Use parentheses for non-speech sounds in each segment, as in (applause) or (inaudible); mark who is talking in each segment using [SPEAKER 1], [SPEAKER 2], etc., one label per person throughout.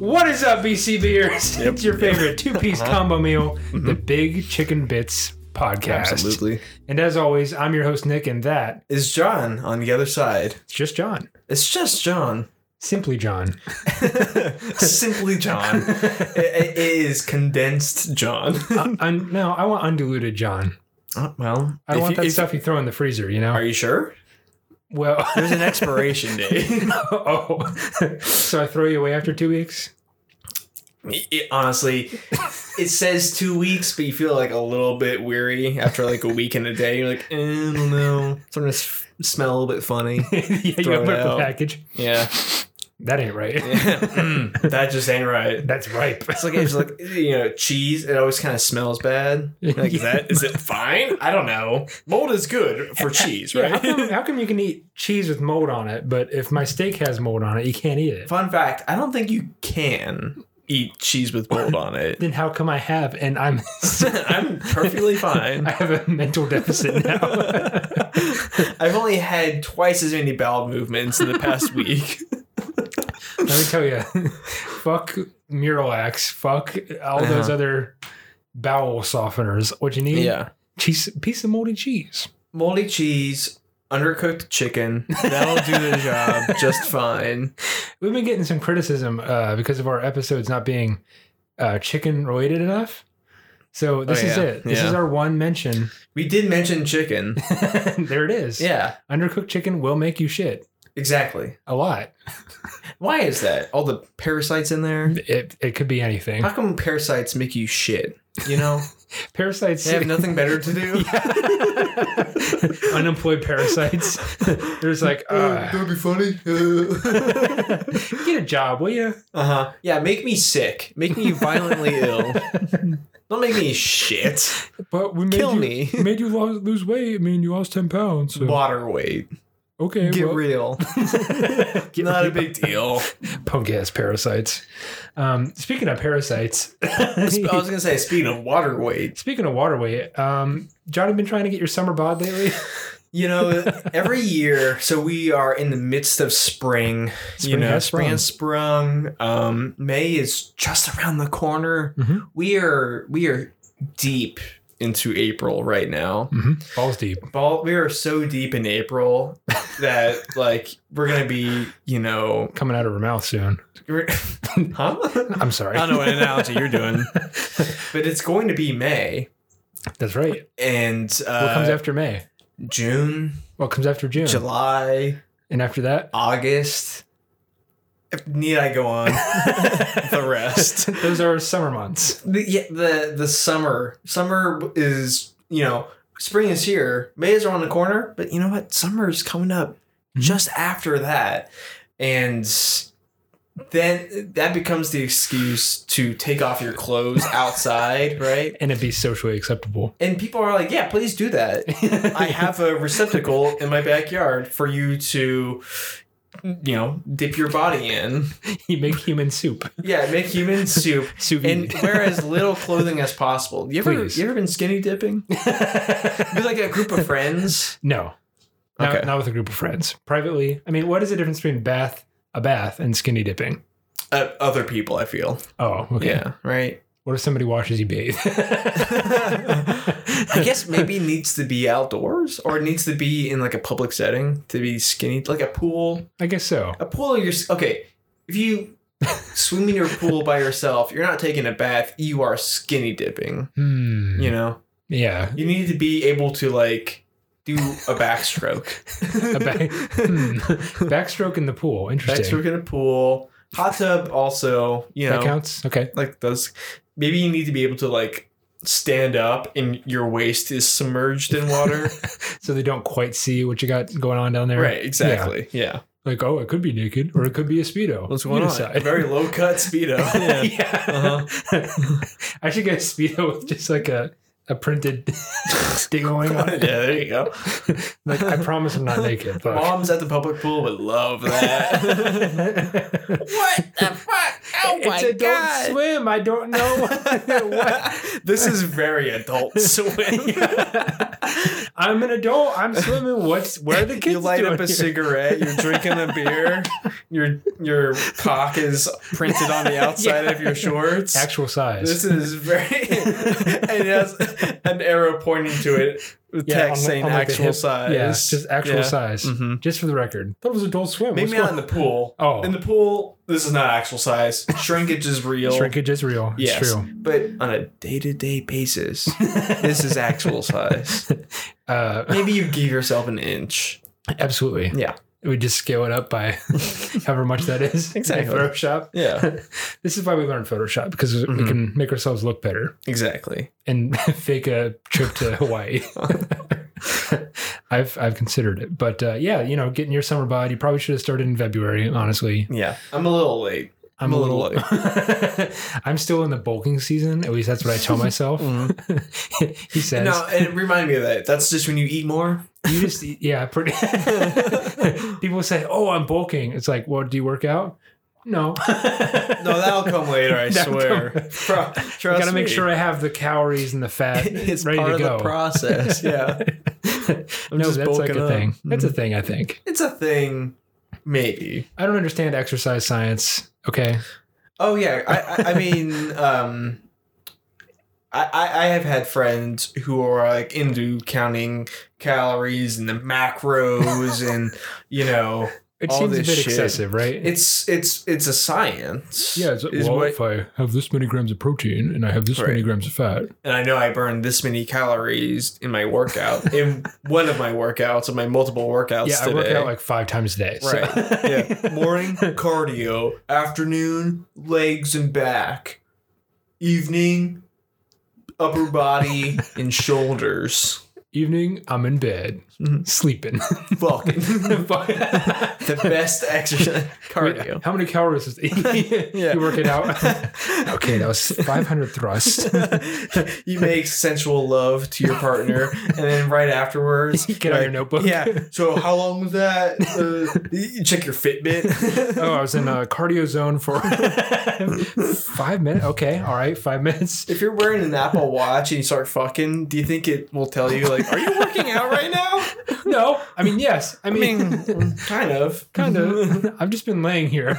[SPEAKER 1] What is up, BCBers?
[SPEAKER 2] Yep.
[SPEAKER 1] (laughs) It's your favorite two piece
[SPEAKER 3] Uh-huh.
[SPEAKER 1] combo meal, the
[SPEAKER 3] Mm-hmm.
[SPEAKER 1] Big Chicken Bits podcast.
[SPEAKER 2] Absolutely.
[SPEAKER 1] And as always, I'm your host, Nick, and that
[SPEAKER 3] Is John on the other side?
[SPEAKER 1] is just John.
[SPEAKER 3] It's just (laughs) John.
[SPEAKER 1] Simply
[SPEAKER 3] (laughs)
[SPEAKER 1] John.
[SPEAKER 3] Simply John. It- it is condensed John.
[SPEAKER 1] Uh, un- no, I want undiluted John.
[SPEAKER 3] Uh, well,
[SPEAKER 1] I don't
[SPEAKER 3] if
[SPEAKER 1] want
[SPEAKER 3] you-
[SPEAKER 1] that
[SPEAKER 3] if-
[SPEAKER 1] stuff you throw in the freezer, you know?
[SPEAKER 3] Are you sure? (laughs)
[SPEAKER 1] well,
[SPEAKER 3] There's an
[SPEAKER 1] (laughs)
[SPEAKER 3] expiration date.
[SPEAKER 1] oh, (laughs) so I throw you away after two weeks?
[SPEAKER 3] (laughs)
[SPEAKER 1] (laughs)
[SPEAKER 3] It- honestly, it says two weeks, but you feel like a little bit weary after like a week and a day. You're like, eh, I don't know. Sometimes f- smell a little bit funny.
[SPEAKER 1] yeah, you
[SPEAKER 3] Throw it
[SPEAKER 1] open up the
[SPEAKER 3] out.
[SPEAKER 1] package.
[SPEAKER 3] Yeah.
[SPEAKER 1] That ain't right.
[SPEAKER 3] Mm, (laughs) that just ain't
[SPEAKER 1] (laughs)
[SPEAKER 3] right.
[SPEAKER 1] That's ripe.
[SPEAKER 3] It's like it's like you know cheese. It always kind of smells bad. You're Like is
[SPEAKER 1] Yeah.
[SPEAKER 3] that is it fine? I don't know. Mold is good for cheese,
[SPEAKER 1] Yeah, (laughs) how,
[SPEAKER 3] right?
[SPEAKER 1] come, how come you can eat cheese with mold on it, but if my steak has mold on it, you can't eat it?
[SPEAKER 3] (laughs) Fun fact: I don't think you can eat cheese with mold on it.
[SPEAKER 1] Then how come I have and (laughs)
[SPEAKER 3] (laughs)
[SPEAKER 1] I'm
[SPEAKER 3] I'm perfectly
[SPEAKER 1] (laughs)
[SPEAKER 3] fine. (laughs)
[SPEAKER 1] I have a mental deficit (laughs) now.
[SPEAKER 3] I've only had twice as many bowel movements in the past week.
[SPEAKER 1] Let me tell you, fuck Miralax, fuck all those
[SPEAKER 3] Uh-huh.
[SPEAKER 1] other bowel softeners. What you need? Cheese, piece of moldy cheese.
[SPEAKER 3] moldy cheese, undercooked chicken. That'll do the job just fine.
[SPEAKER 1] We've been getting some criticism uh, because of our episodes not being uh, chicken related enough. So this is
[SPEAKER 3] Oh, yeah.
[SPEAKER 1] it. This is
[SPEAKER 3] Yeah.
[SPEAKER 1] our one mention. (laughs)
[SPEAKER 3] We did mention chicken.
[SPEAKER 1] there it is.
[SPEAKER 3] Yeah,
[SPEAKER 1] Undercooked chicken will make you shit
[SPEAKER 3] exactly.
[SPEAKER 1] a lot.
[SPEAKER 3] Why is that? All the parasites in there.
[SPEAKER 1] It it could be anything.
[SPEAKER 3] How come parasites make you shit? You
[SPEAKER 1] (laughs)
[SPEAKER 3] know,
[SPEAKER 1] Parasites
[SPEAKER 3] they
[SPEAKER 1] (laughs)
[SPEAKER 3] have nothing better to do.
[SPEAKER 1] unemployed parasites. There's
[SPEAKER 3] (laughs)
[SPEAKER 1] like, uh,
[SPEAKER 3] be funny. uh
[SPEAKER 1] (laughs) get a job, will you?
[SPEAKER 3] huh. Uh-huh. Yeah, make me sick. Make
[SPEAKER 1] (laughs)
[SPEAKER 3] me violently ill. Don't make me shit.
[SPEAKER 1] But we made
[SPEAKER 3] Kill
[SPEAKER 1] you,
[SPEAKER 3] me.
[SPEAKER 1] (laughs) made you lo- lose weight. I mean, you lost ten pounds. So.
[SPEAKER 3] (laughs) Water weight.
[SPEAKER 1] Okay,
[SPEAKER 3] Get
[SPEAKER 1] well,
[SPEAKER 3] real.
[SPEAKER 1] (laughs) Get
[SPEAKER 3] Not
[SPEAKER 1] real.
[SPEAKER 3] a
[SPEAKER 1] (laughs)
[SPEAKER 3] big deal.
[SPEAKER 1] punk ass parasites. Um, speaking of parasites,
[SPEAKER 3] I was gonna say, speaking of water
[SPEAKER 1] (laughs)
[SPEAKER 3] weight,
[SPEAKER 1] speaking of water weight, um, John, have been trying to get your summer bod (laughs) lately.
[SPEAKER 3] you know, every year, so we are in the midst of spring. you
[SPEAKER 1] Spring
[SPEAKER 3] know,
[SPEAKER 1] has
[SPEAKER 3] spring has sprung. Um, May is just around the corner.
[SPEAKER 2] Mm-hmm.
[SPEAKER 1] Mhm.
[SPEAKER 3] We are we are deep into April right now.
[SPEAKER 1] Mm-hmm. Balls deep.
[SPEAKER 3] Ball, we are so deep in
[SPEAKER 2] (laughs)
[SPEAKER 3] April that like we're gonna be, you know,
[SPEAKER 1] Coming out of her mouth soon.
[SPEAKER 3] we're- (laughs) huh?
[SPEAKER 1] I'm sorry.
[SPEAKER 2] I don't know what analogy you're doing.
[SPEAKER 3] (laughs) But it's going to be May
[SPEAKER 1] (laughs) That's right.
[SPEAKER 3] and
[SPEAKER 1] What comes
[SPEAKER 3] uh,
[SPEAKER 1] after May?
[SPEAKER 3] June,
[SPEAKER 1] What comes after June?
[SPEAKER 3] July,
[SPEAKER 1] And after
[SPEAKER 3] (laughs)
[SPEAKER 1] that, (laughs)
[SPEAKER 3] August. If Need I go
[SPEAKER 2] (laughs)
[SPEAKER 3] on? the rest.
[SPEAKER 1] those are summer months.
[SPEAKER 3] The, yeah, the the summer. Summer is you know spring is here. May is around the corner, but you know what? Summer is coming up just after that, and then that becomes the excuse to take off your clothes outside, right?
[SPEAKER 1] And it'd be socially acceptable.
[SPEAKER 3] And people are like, "Yeah, please do that." I
[SPEAKER 1] (laughs)
[SPEAKER 3] have a receptacle in my backyard for you to, you know, dip your body in.
[SPEAKER 1] you make human soup.
[SPEAKER 3] Yeah, make human soup
[SPEAKER 1] Sous
[SPEAKER 3] and (laughs)
[SPEAKER 1] vide. (laughs)
[SPEAKER 3] wear as little clothing as possible. You ever
[SPEAKER 1] Please.
[SPEAKER 3] you ever been skinny (laughs) dipping? Be like a group of friends.
[SPEAKER 1] No. Not,
[SPEAKER 3] Okay.
[SPEAKER 1] not with a group of friends. Privately. I mean, what is the difference between bath, a bath, and skinny dipping?
[SPEAKER 3] Uh, other people, I feel.
[SPEAKER 1] Oh, okay.
[SPEAKER 3] Yeah, right.
[SPEAKER 1] What if somebody watches you (laughs) bathe?
[SPEAKER 3] I guess maybe it needs to be outdoors or it needs to be in like a public setting to be skinny, like a pool.
[SPEAKER 1] I guess so.
[SPEAKER 3] A pool, you're s- okay. If you swim in your pool by yourself, you're not taking a bath. You are skinny dipping.
[SPEAKER 1] Hmm.
[SPEAKER 3] You know,
[SPEAKER 1] Yeah.
[SPEAKER 3] you need to be able to like do a backstroke.
[SPEAKER 1] A ba- hmm.
[SPEAKER 3] (laughs)
[SPEAKER 1] Backstroke in the pool. Interesting.
[SPEAKER 3] Backstroke in a pool. Hot tub also, you
[SPEAKER 1] that
[SPEAKER 3] know,
[SPEAKER 1] counts. Okay.
[SPEAKER 3] like those. Maybe you need to be able to like stand up and your waist is submerged in water.
[SPEAKER 1] So they don't quite see what you got going on down (laughs) there.
[SPEAKER 3] right, exactly. Yeah.
[SPEAKER 1] Like, oh, it could be naked or it could be a Speedo.
[SPEAKER 3] What's going
[SPEAKER 1] You
[SPEAKER 3] on? A
[SPEAKER 1] decide. (laughs)
[SPEAKER 3] very (laughs) Uh-huh. low cut speedo.
[SPEAKER 1] yeah. (laughs) I should get a speedo with just like a, a
[SPEAKER 3] (laughs)
[SPEAKER 1] printed (laughs) dingling
[SPEAKER 3] (laughs) yeah,
[SPEAKER 1] on it.
[SPEAKER 3] there you go.
[SPEAKER 1] Like I promise I'm not naked.
[SPEAKER 3] (laughs)
[SPEAKER 1] Fuck. (laughs)
[SPEAKER 4] Uh,
[SPEAKER 3] Moms at the public pool would love that. what the fuck? Oh
[SPEAKER 1] it's Adult Swim. I don't know (laughs) what.
[SPEAKER 3] (laughs) this is
[SPEAKER 1] (laughs)
[SPEAKER 3] very adult swim.
[SPEAKER 1] I'm an adult. I'm swimming. What's where are the kids?
[SPEAKER 3] you light
[SPEAKER 1] doing
[SPEAKER 3] up a
[SPEAKER 1] here?
[SPEAKER 3] cigarette, you're drinking a
[SPEAKER 1] (laughs)
[SPEAKER 3] beer, your your cock is printed
[SPEAKER 1] (laughs)
[SPEAKER 3] on the outside of your shorts.
[SPEAKER 1] Actual size.
[SPEAKER 3] This is very
[SPEAKER 1] (laughs)
[SPEAKER 3] (laughs) and it has an arrow pointing to it with
[SPEAKER 1] Yeah,
[SPEAKER 3] text
[SPEAKER 1] on the-
[SPEAKER 3] saying
[SPEAKER 1] on, like, the
[SPEAKER 3] actual
[SPEAKER 1] hip-
[SPEAKER 3] size.
[SPEAKER 1] yeah, just actual
[SPEAKER 3] Yeah.
[SPEAKER 1] size.
[SPEAKER 3] Mhm.
[SPEAKER 1] Just for the record, that was Adult Swim.
[SPEAKER 3] Maybe
[SPEAKER 1] What's
[SPEAKER 3] not
[SPEAKER 1] going-
[SPEAKER 3] in the pool.
[SPEAKER 1] Oh.
[SPEAKER 3] In the pool, this is not
[SPEAKER 1] (laughs)
[SPEAKER 3] actual size. Shrinkage is real.
[SPEAKER 1] Shrinkage is real. It's
[SPEAKER 3] Yes.
[SPEAKER 1] true.
[SPEAKER 3] But on a day to
[SPEAKER 1] (laughs)
[SPEAKER 3] day basis, this is actual size.
[SPEAKER 1] Uh, (laughs)
[SPEAKER 3] Maybe you give yourself an inch.
[SPEAKER 1] absolutely.
[SPEAKER 3] Yeah.
[SPEAKER 1] We just scale it up by (laughs) however much that is. in
[SPEAKER 3] Exactly.
[SPEAKER 1] Photoshop.
[SPEAKER 3] Yeah,
[SPEAKER 1] This is why we learn Photoshop because we
[SPEAKER 3] Mhm.
[SPEAKER 1] can make ourselves look better
[SPEAKER 3] exactly.
[SPEAKER 1] and (laughs) fake a trip
[SPEAKER 3] (laughs)
[SPEAKER 1] to Hawaii. (laughs) I've I've considered it, but uh, yeah, you know, getting your summer bod, you probably should have started in February. Honestly,
[SPEAKER 3] Yeah, I'm a little late. I'm a little
[SPEAKER 1] (laughs) I'm still in the bulking season. At least that's what I
[SPEAKER 3] (laughs)
[SPEAKER 1] tell myself. (laughs) he says,
[SPEAKER 3] Mm. No, and it reminded me of that. That's just when you eat more.
[SPEAKER 1] "You just yeah, pretty." (laughs) People say, "Oh, I'm bulking." It's like, "Well, do you work out?"
[SPEAKER 3] (laughs)
[SPEAKER 1] No,
[SPEAKER 3] No,
[SPEAKER 1] (laughs)
[SPEAKER 3] that'll come later. I
[SPEAKER 1] That'll
[SPEAKER 3] swear.
[SPEAKER 1] come-
[SPEAKER 3] Pro- trust
[SPEAKER 1] I gotta make
[SPEAKER 3] me.
[SPEAKER 1] sure I have the calories and the fat
[SPEAKER 3] (laughs) it's
[SPEAKER 1] ready
[SPEAKER 3] part
[SPEAKER 1] to
[SPEAKER 3] of
[SPEAKER 1] go. (laughs)
[SPEAKER 3] the process. Yeah,
[SPEAKER 1] no, that's
[SPEAKER 3] just
[SPEAKER 1] like
[SPEAKER 3] bulking
[SPEAKER 1] a
[SPEAKER 3] up. Mm-hmm.
[SPEAKER 1] thing. That's a thing. I think
[SPEAKER 3] it's a thing. Maybe.
[SPEAKER 1] I don't understand exercise science. Okay,
[SPEAKER 3] Oh yeah. I I, I mean, (laughs) um, I I I have had friends who are like into counting calories and the
[SPEAKER 1] (laughs)
[SPEAKER 3] macros and you know
[SPEAKER 1] it
[SPEAKER 3] All
[SPEAKER 1] seems a bit
[SPEAKER 3] this shit.
[SPEAKER 1] excessive, right?
[SPEAKER 3] it's it's it's a science.
[SPEAKER 1] yeah, it's,
[SPEAKER 3] is
[SPEAKER 1] well,
[SPEAKER 3] what-
[SPEAKER 1] if I have this many grams of protein and I have this many
[SPEAKER 3] Right.
[SPEAKER 1] grams of fat,
[SPEAKER 3] and I know I burned this many calories in my
[SPEAKER 1] (laughs)
[SPEAKER 3] workout in one of my workouts and my multiple workouts
[SPEAKER 1] yeah,
[SPEAKER 3] today.
[SPEAKER 1] I work out like five times a day. so- (laughs)
[SPEAKER 3] right. yeah. (laughs) Morning cardio, afternoon legs and back, evening upper body and shoulders.
[SPEAKER 1] Evening, I'm in bed
[SPEAKER 3] Mhm. (laughs)
[SPEAKER 1] sleeping. (laughs)
[SPEAKER 3] Fucking
[SPEAKER 1] Fuck.
[SPEAKER 3] the best exercise cardio. (laughs)
[SPEAKER 1] How many calories is (laughs)
[SPEAKER 3] Yeah.
[SPEAKER 1] you work it out?
[SPEAKER 3] (laughs)
[SPEAKER 1] okay, that was 500 thrusts.
[SPEAKER 3] you make sensual love to your partner, and then right
[SPEAKER 1] (laughs)
[SPEAKER 3] afterwards,
[SPEAKER 1] Get out
[SPEAKER 3] like,
[SPEAKER 1] your notebook.
[SPEAKER 3] Yeah. So how long was that? Uh, you check
[SPEAKER 1] (laughs)
[SPEAKER 3] your Fitbit. (laughs)
[SPEAKER 1] Oh, I was in a cardio zone for five minutes. Okay, all right, five minutes. (laughs)
[SPEAKER 3] If you're wearing an Apple Watch and you start fucking, do you think it will tell you like, are you working out right now?
[SPEAKER 1] No, I mean yes. I
[SPEAKER 3] I
[SPEAKER 1] mean,
[SPEAKER 3] mean, kind of,
[SPEAKER 1] kind of. (laughs) I've just been laying (laughs) here.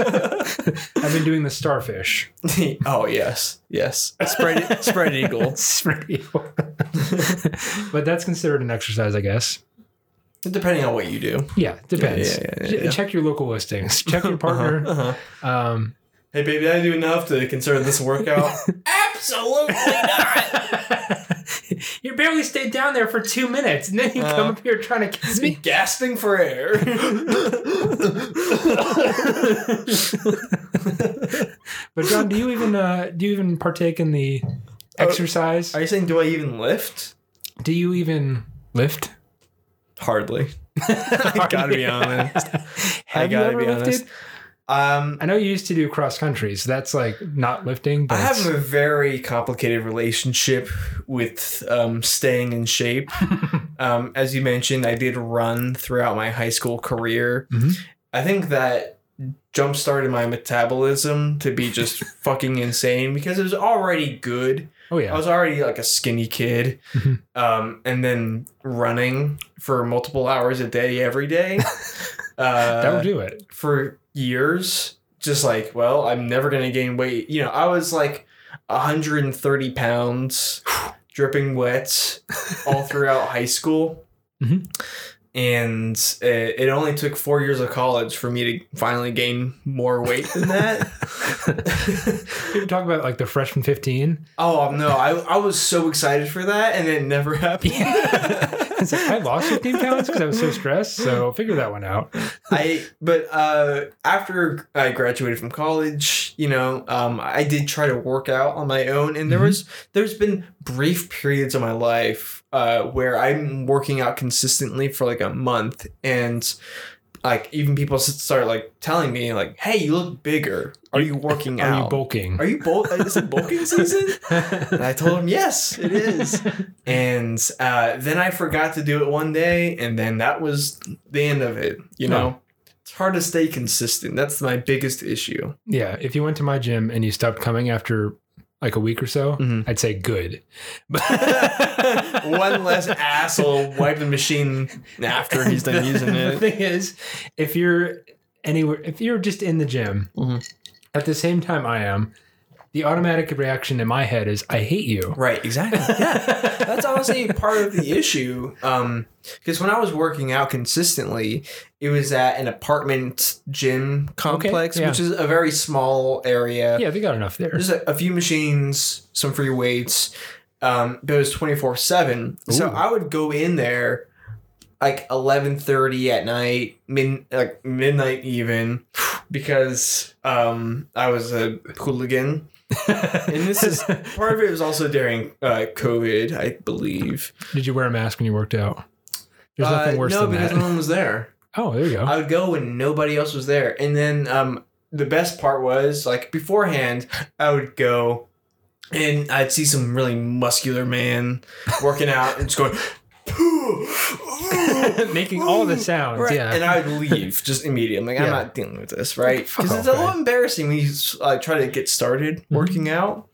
[SPEAKER 1] I've been doing the starfish.
[SPEAKER 3] (laughs) oh yes, yes. Spread e-, spread eagle.
[SPEAKER 1] It's pretty (laughs) cool. but that's considered an exercise, I guess.
[SPEAKER 3] Depending on what you do.
[SPEAKER 1] Yeah, depends.
[SPEAKER 3] Yeah, yeah, yeah,
[SPEAKER 1] Che-
[SPEAKER 3] yeah.
[SPEAKER 1] Check your local listings. Check your partner.
[SPEAKER 3] Uh-huh.
[SPEAKER 1] Um,
[SPEAKER 3] Hey baby, I do enough to consider this a workout. Absolutely not.
[SPEAKER 1] (laughs) you barely stayed down there for two minutes, and then you come
[SPEAKER 3] Uh.
[SPEAKER 1] up here trying to kiss (laughs) me.
[SPEAKER 3] Gasping for air. (laughs)
[SPEAKER 1] But John, do you even uh, do you even partake in the exercise?
[SPEAKER 3] Are you saying do Oh. I even lift?
[SPEAKER 1] do you even lift?
[SPEAKER 3] Hardly. (laughs) I gotta
[SPEAKER 1] (laughs)
[SPEAKER 3] be honest.
[SPEAKER 1] Have
[SPEAKER 3] I gotta
[SPEAKER 1] you ever
[SPEAKER 3] be
[SPEAKER 1] lifted?
[SPEAKER 3] honest. Um,
[SPEAKER 1] I know you used to do cross country, so that's like not lifting. But
[SPEAKER 3] I have
[SPEAKER 1] it's-
[SPEAKER 3] a very complicated relationship with um, staying
[SPEAKER 1] (laughs)
[SPEAKER 3] in shape. um, as you mentioned, I did run throughout my high school career.
[SPEAKER 1] Mhm.
[SPEAKER 3] I think that jump started my metabolism to
[SPEAKER 1] (laughs)
[SPEAKER 3] be just fucking insane because it was already good.
[SPEAKER 1] oh yeah,
[SPEAKER 3] I was already like a skinny kid.
[SPEAKER 1] Mhm.
[SPEAKER 3] Um, and then running for multiple hours a day
[SPEAKER 1] (laughs)
[SPEAKER 3] every day. Uh,
[SPEAKER 1] that'll do it.
[SPEAKER 3] for years just like well i'm never going to gain weight you know i was like
[SPEAKER 1] (sighs)
[SPEAKER 3] 130 pounds dripping wet all throughout high school
[SPEAKER 1] Mhm.
[SPEAKER 3] and it, it only took four years of college for me to finally gain more weight
[SPEAKER 1] (laughs)
[SPEAKER 3] than that
[SPEAKER 1] People talk about like the freshman fifteen.
[SPEAKER 3] oh no I, I was so excited for that and it never happened
[SPEAKER 1] (laughs) It's like, I lost fifteen pounds because I was so stressed. So figure that one out.
[SPEAKER 3] I but uh after I graduated from college, you know, um I did try to work out on my own and there
[SPEAKER 1] Mhm.
[SPEAKER 3] was there's been brief periods of my life uh where I'm working out consistently for like a month and like even people s- start like telling me like, "Hey, you look bigger. (laughs) Are you working
[SPEAKER 1] Are
[SPEAKER 3] out?
[SPEAKER 1] you bulking?
[SPEAKER 3] Are you bulk? Is it bulking season?" And I told him, yes, it is. and uh, then I forgot to do it one day, and then that was the end of it, you
[SPEAKER 1] Huh.
[SPEAKER 3] know? It's hard to stay consistent. That's my biggest issue.
[SPEAKER 1] (laughs) Yeah, if you went to my gym and you stopped coming after like a week or so,
[SPEAKER 3] Mhm.
[SPEAKER 1] I'd say
[SPEAKER 3] (laughs)
[SPEAKER 1] good.
[SPEAKER 3] One less asshole wipe the machine after he's done using
[SPEAKER 1] (laughs) The
[SPEAKER 3] it.
[SPEAKER 1] thing is, if you're anywhere, if you're just in the gym
[SPEAKER 3] Mhm.
[SPEAKER 1] at the same time I am, the automatic reaction in my head is I hate
[SPEAKER 3] (laughs)
[SPEAKER 1] you.
[SPEAKER 3] Right, exactly. that's honestly part of the issue. Um, because when I was working out consistently, it was at an apartment gym complex,
[SPEAKER 1] yeah.
[SPEAKER 3] which is a very small
[SPEAKER 1] (laughs)
[SPEAKER 3] area.
[SPEAKER 1] yeah, they got enough there.
[SPEAKER 3] There's a, a few machines, some free weights. Um, but it was twenty four seven. So
[SPEAKER 1] Ooh.
[SPEAKER 3] I would go in there like eleven thirty at night, min like midnight even, because um I was a
[SPEAKER 1] (laughs)
[SPEAKER 3] hooligan. And this is part of it was also during uh, COVID, I believe.
[SPEAKER 1] Did you wear a mask when you worked out? There's
[SPEAKER 3] Uh,
[SPEAKER 1] nothing worse
[SPEAKER 3] no,
[SPEAKER 1] than
[SPEAKER 3] because
[SPEAKER 1] that.
[SPEAKER 3] no one was there.
[SPEAKER 1] Oh, there you go.
[SPEAKER 3] I would go when nobody else was there. And then um, the best part was like beforehand, I would go and I'd see some really
[SPEAKER 1] (laughs)
[SPEAKER 3] muscular man working out and just going,
[SPEAKER 1] (laughs) Making all the sounds.
[SPEAKER 3] (laughs) Right.
[SPEAKER 1] Yeah.
[SPEAKER 3] And I would leave just immediately. Like, I'm
[SPEAKER 1] Yeah.
[SPEAKER 3] not dealing with this, right?
[SPEAKER 1] Fuck
[SPEAKER 3] Because it's a
[SPEAKER 1] off,
[SPEAKER 3] little
[SPEAKER 1] man. Mm-hmm.
[SPEAKER 3] embarrassing when you like, try to get started working out.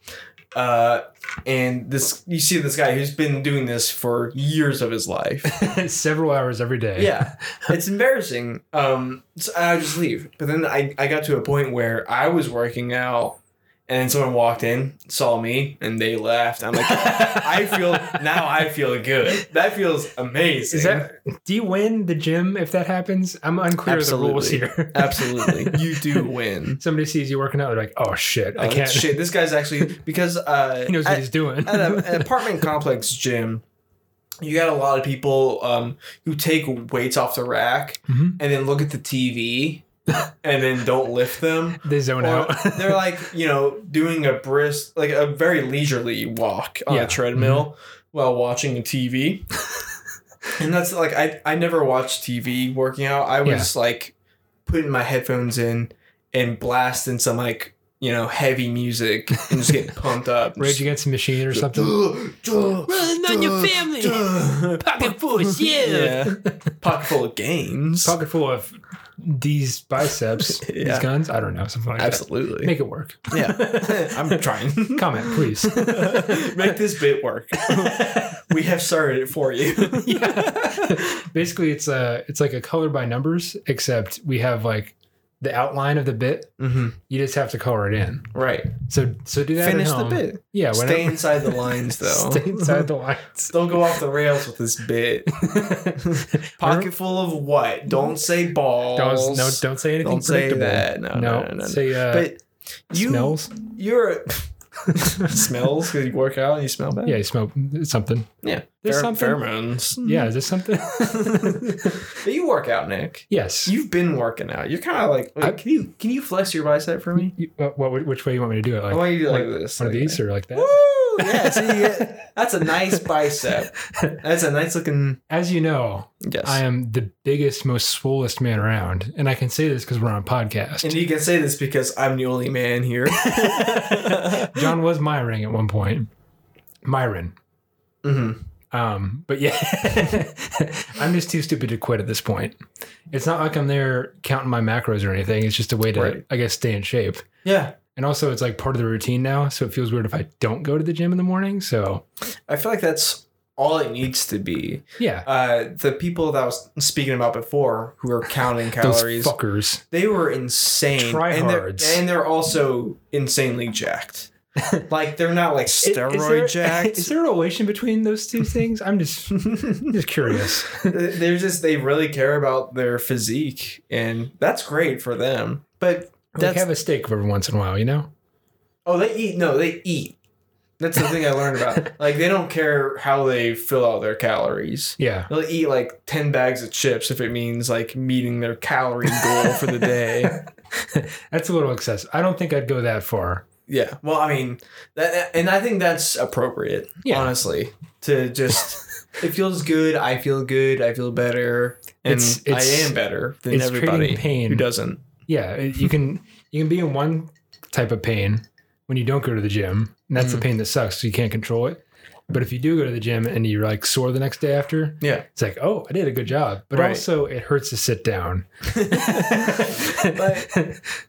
[SPEAKER 3] Uh, and this, you see this guy who's been doing this for years of his life.
[SPEAKER 1] (laughs) Several hours every day.
[SPEAKER 3] Yeah, (laughs) it's embarrassing. Um, so I would just leave. But then I, I got to a point where I was working out, and someone walked in, saw me, and they
[SPEAKER 1] (laughs)
[SPEAKER 3] left. I'm like, I feel now. I feel good. That feels amazing.
[SPEAKER 1] Is that do you win the gym if that happens? I'm unclear of the rules
[SPEAKER 3] Absolutely.
[SPEAKER 1] here.
[SPEAKER 3] absolutely? You do
[SPEAKER 1] (laughs)
[SPEAKER 3] win.
[SPEAKER 1] Somebody sees you working out, they're like, "Oh shit,
[SPEAKER 3] Uh,
[SPEAKER 1] I can't."
[SPEAKER 3] Shit, this guy's actually because uh,
[SPEAKER 1] (laughs) He knows what
[SPEAKER 3] at-
[SPEAKER 1] he's doing.
[SPEAKER 3] at a, an apartment complex gym, you got a lot of people um, who take weights off the rack
[SPEAKER 1] Mhm.
[SPEAKER 3] and then look at the TV and then don't lift them.
[SPEAKER 1] they zone
[SPEAKER 3] Or
[SPEAKER 1] out.
[SPEAKER 3] (laughs) they're like, you know, doing a brisk, like a very leisurely walk on
[SPEAKER 1] Yeah. Mm-hmm.
[SPEAKER 3] a treadmill while watching
[SPEAKER 1] (laughs)
[SPEAKER 3] a TV. and that's like, I, I never watched TV working out. I was like putting my headphones in and blasting some like, you know, heavy music and just
[SPEAKER 1] (laughs)
[SPEAKER 3] getting pumped up.
[SPEAKER 1] Rage Against the Machine or something.
[SPEAKER 3] (gasps) Run
[SPEAKER 2] on your family. Pocket full of shit.
[SPEAKER 3] Yeah. (laughs) Pocket full of gains.
[SPEAKER 1] Pocket full of these
[SPEAKER 3] (laughs)
[SPEAKER 1] biceps, these
[SPEAKER 3] Yeah.
[SPEAKER 1] guns. I don't know something like that.
[SPEAKER 3] Absolutely.
[SPEAKER 1] Make it
[SPEAKER 3] (laughs)
[SPEAKER 1] work. (laughs)
[SPEAKER 3] Yeah. I'm trying.
[SPEAKER 1] Comment, please.
[SPEAKER 3] (laughs) Make this bit work. (laughs) we have started it for you.
[SPEAKER 1] (laughs) yeah. Basically, it's a it's like a color by numbers, except we have like the outline of the bit. You just have to color it in.
[SPEAKER 3] Mm-hmm. Right.
[SPEAKER 1] So so do that. at
[SPEAKER 3] Finish the
[SPEAKER 1] home.
[SPEAKER 3] bit.
[SPEAKER 1] Yeah.
[SPEAKER 3] Stay inside the
[SPEAKER 1] (laughs)
[SPEAKER 3] lines, though.
[SPEAKER 1] Stay inside the lines.
[SPEAKER 3] Don't go off the rails with this
[SPEAKER 1] (laughs)
[SPEAKER 3] bit. Pocket full of what? Don't say balls.
[SPEAKER 1] Don't, no, don't say anything
[SPEAKER 3] Don't say
[SPEAKER 1] predictable.
[SPEAKER 3] that. No, no, no, no. no.
[SPEAKER 1] Say uh,
[SPEAKER 3] but you, (laughs)
[SPEAKER 1] smells. (laughs)
[SPEAKER 3] you're smells because you work out and you smell bad.
[SPEAKER 1] Yeah, you smell something.
[SPEAKER 3] yeah.
[SPEAKER 1] There's
[SPEAKER 3] Pher-
[SPEAKER 1] something-
[SPEAKER 3] pheromones.
[SPEAKER 1] Yeah, is this something? (laughs)
[SPEAKER 3] (laughs) But you work out, Nick.
[SPEAKER 1] yes.
[SPEAKER 3] You've been working out. You're kind of like, wait,
[SPEAKER 1] I-
[SPEAKER 3] can you can you flex your bicep for me?
[SPEAKER 1] You- uh, what, which way you want me to do it?
[SPEAKER 3] I
[SPEAKER 1] Like one
[SPEAKER 3] want you to do like this.
[SPEAKER 1] of
[SPEAKER 3] like
[SPEAKER 1] these or like that?
[SPEAKER 3] Woo! Yeah, see, yeah, that's a
[SPEAKER 1] (laughs)
[SPEAKER 3] nice bicep. That's a nice looking.
[SPEAKER 1] As you know,
[SPEAKER 3] Yes.
[SPEAKER 1] I am the biggest, most swollest man around, and I can say this because we're on a podcast.
[SPEAKER 3] and you can say this because I'm the only
[SPEAKER 1] (laughs)
[SPEAKER 3] man here. (laughs) Mm-hmm.
[SPEAKER 1] John was Myring at one point. Myron.
[SPEAKER 3] hmm
[SPEAKER 1] Um, but yeah, (laughs) I'm just too stupid to quit at this point. It's not like I'm there counting my macros or anything. It's just a way to,
[SPEAKER 3] Right.
[SPEAKER 1] I guess, stay in shape.
[SPEAKER 3] Yeah.
[SPEAKER 1] And also, it's like part of the routine now. So it feels weird if I don't go to the gym in the morning. So
[SPEAKER 3] I feel like that's all it needs to be.
[SPEAKER 1] yeah,
[SPEAKER 3] Uh, the people that I was speaking about before who are counting
[SPEAKER 1] those
[SPEAKER 3] calories,
[SPEAKER 1] fuckers.
[SPEAKER 3] they were insane. And they're,
[SPEAKER 1] Tryhards.
[SPEAKER 3] and they're also
[SPEAKER 1] (laughs)
[SPEAKER 3] insanely jacked. like, they're not like
[SPEAKER 1] Is- is
[SPEAKER 3] steroid
[SPEAKER 1] there-
[SPEAKER 3] jacked.
[SPEAKER 1] Is there a relation between those
[SPEAKER 3] (laughs)
[SPEAKER 1] two things? I'm just, I'm just curious.
[SPEAKER 3] they're just they really care about their physique and that's great for them but
[SPEAKER 1] like
[SPEAKER 3] that's
[SPEAKER 1] have a steak every once in a while, you know?
[SPEAKER 3] oh they eat no they eat that's the thing i learned about like they don't care how they fill out their calories
[SPEAKER 1] Yeah.
[SPEAKER 3] they'll eat like 10 bags of chips if it means like meeting their calorie goal for the day
[SPEAKER 1] That's a little excessive. I don't think I'd go that far.
[SPEAKER 3] yeah well i mean that and i think that's appropriate
[SPEAKER 1] Yeah.
[SPEAKER 3] honestly to just it feels good i feel good i feel better and
[SPEAKER 1] It's- it's-
[SPEAKER 3] i am better than
[SPEAKER 1] it's treating
[SPEAKER 3] everybody
[SPEAKER 1] pain.
[SPEAKER 3] who doesn't
[SPEAKER 1] Yeah, it- you can you can be in
[SPEAKER 3] Mm.
[SPEAKER 1] one type of pain when you don't go to the gym, and that's the pain that sucks. So you can't control it. But if you do go to the gym and you're like sore the next day after, (laughs)
[SPEAKER 3] Yeah.
[SPEAKER 1] it's like, oh, I did a good job. But
[SPEAKER 3] Right.
[SPEAKER 1] also, it hurts to sit
[SPEAKER 3] (laughs)
[SPEAKER 1] down. (laughs)
[SPEAKER 3] but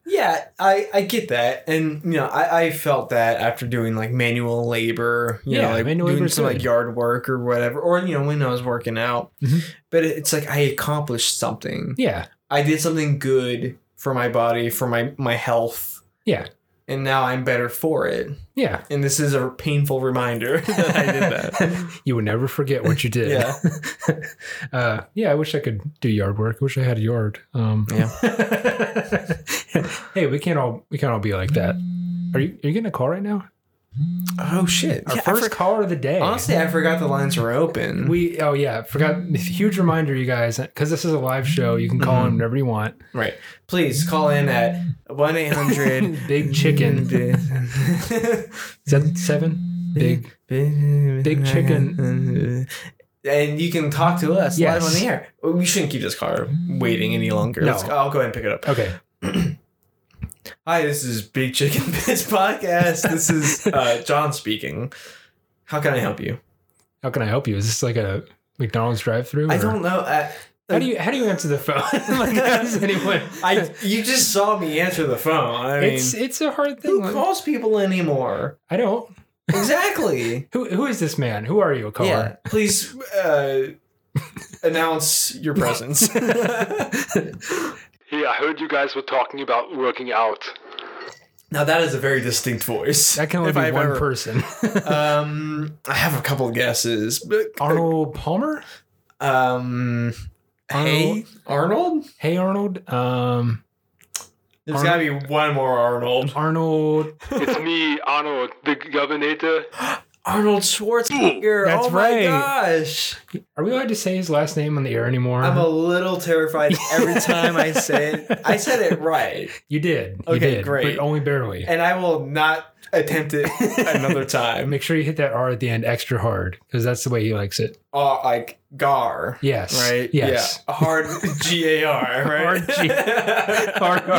[SPEAKER 3] yeah, I, I get that. And, you know, I, I felt that after doing like manual labor, you
[SPEAKER 1] Yeah,
[SPEAKER 3] know, like
[SPEAKER 1] manual
[SPEAKER 3] doing
[SPEAKER 1] labor's
[SPEAKER 3] some like
[SPEAKER 1] good.
[SPEAKER 3] yard work or whatever, or, you know, when I was working out.
[SPEAKER 1] Mhm.
[SPEAKER 3] But it- it's like I accomplished something.
[SPEAKER 1] yeah,
[SPEAKER 3] I did something good for my body, for my, my health.
[SPEAKER 1] Yeah.
[SPEAKER 3] And now I'm better for it.
[SPEAKER 1] yeah.
[SPEAKER 3] And this is a painful reminder (laughs) that (laughs) I
[SPEAKER 1] (laughs)
[SPEAKER 3] did that.
[SPEAKER 1] you will never forget what you did.
[SPEAKER 3] Yeah.
[SPEAKER 1] uh, yeah, I wish I could do yard work. I wish I had a yard. Um, (laughs)
[SPEAKER 3] Yeah.
[SPEAKER 1] hey, we can't all we can't all be like that. Are you are you getting a call right now?
[SPEAKER 3] Oh, shit.
[SPEAKER 1] Our
[SPEAKER 3] Yeah, I
[SPEAKER 1] first
[SPEAKER 3] for-
[SPEAKER 1] caller of the day.
[SPEAKER 3] honestly, I forgot the lines were open.
[SPEAKER 1] We oh yeah, forgot huge reminder you guys because this is a live show. You can call
[SPEAKER 3] Mm-hmm.
[SPEAKER 1] in whenever you want.
[SPEAKER 3] Right. Please call in at 1
[SPEAKER 1] (laughs)
[SPEAKER 3] 800
[SPEAKER 1] Big
[SPEAKER 3] (laughs)
[SPEAKER 1] chicken. Seven, seven? Big.
[SPEAKER 3] Big
[SPEAKER 1] chicken.
[SPEAKER 3] And you can talk to us
[SPEAKER 1] Yes.
[SPEAKER 3] live on the air. We shouldn't keep this car waiting any longer.
[SPEAKER 1] No.
[SPEAKER 3] Let's- I'll go ahead and pick it up.
[SPEAKER 1] Okay.
[SPEAKER 3] Hi, this is Big Chicken (laughs) Bitch Podcast. This is uh, John speaking. How can I help you?
[SPEAKER 1] How can I help you? Is this like a McDonald's drive-through?
[SPEAKER 3] I
[SPEAKER 1] or-
[SPEAKER 3] don't know. I, (laughs)
[SPEAKER 1] How do you how do you answer the phone? (laughs) like, how does anyone?
[SPEAKER 3] I you just saw me answer the phone. I
[SPEAKER 1] (laughs)
[SPEAKER 3] mean,
[SPEAKER 1] it's it's a hard thing.
[SPEAKER 3] who calls people anymore?
[SPEAKER 1] I don't.
[SPEAKER 3] Exactly.
[SPEAKER 1] (laughs) Who who is this man? Who are you, a caller?
[SPEAKER 3] Yeah, please uh,
[SPEAKER 1] (laughs)
[SPEAKER 3] announce your presence. (laughs) now
[SPEAKER 4] Hey, I heard you guys were talking about working out.
[SPEAKER 3] that is a very distinct voice.
[SPEAKER 1] That can only
[SPEAKER 3] If
[SPEAKER 1] be
[SPEAKER 3] I've
[SPEAKER 1] one (laughs)
[SPEAKER 3] ever-
[SPEAKER 1] person.
[SPEAKER 3] Um, I have a couple of guesses, but
[SPEAKER 1] Arnold Palmer?
[SPEAKER 3] um, hey Arnold.
[SPEAKER 1] Hey Arnold. Um
[SPEAKER 3] There's got to be one more Arnold.
[SPEAKER 1] Arnold.
[SPEAKER 4] It's me, Arnold, the governator.
[SPEAKER 3] Arnold Schwarzenegger.
[SPEAKER 1] That's
[SPEAKER 3] oh my
[SPEAKER 1] right.
[SPEAKER 3] gosh,
[SPEAKER 1] Are we allowed to say his last name on the air anymore?
[SPEAKER 3] I'm a little terrified
[SPEAKER 1] (laughs)
[SPEAKER 3] every time I say it. I said it right,
[SPEAKER 1] you did. You
[SPEAKER 3] Okay,
[SPEAKER 1] did,
[SPEAKER 3] great.
[SPEAKER 1] But only barely.
[SPEAKER 3] and I will not attempt it
[SPEAKER 1] (laughs)
[SPEAKER 3] another time.
[SPEAKER 1] Make sure you hit that R at the end extra hard because that's the way he likes it.
[SPEAKER 3] Oh, like gar.
[SPEAKER 1] Yes.
[SPEAKER 3] right?
[SPEAKER 1] Yes. (laughs)
[SPEAKER 3] Yeah. Hard G A R,
[SPEAKER 1] Hard
[SPEAKER 3] right?
[SPEAKER 1] G- hard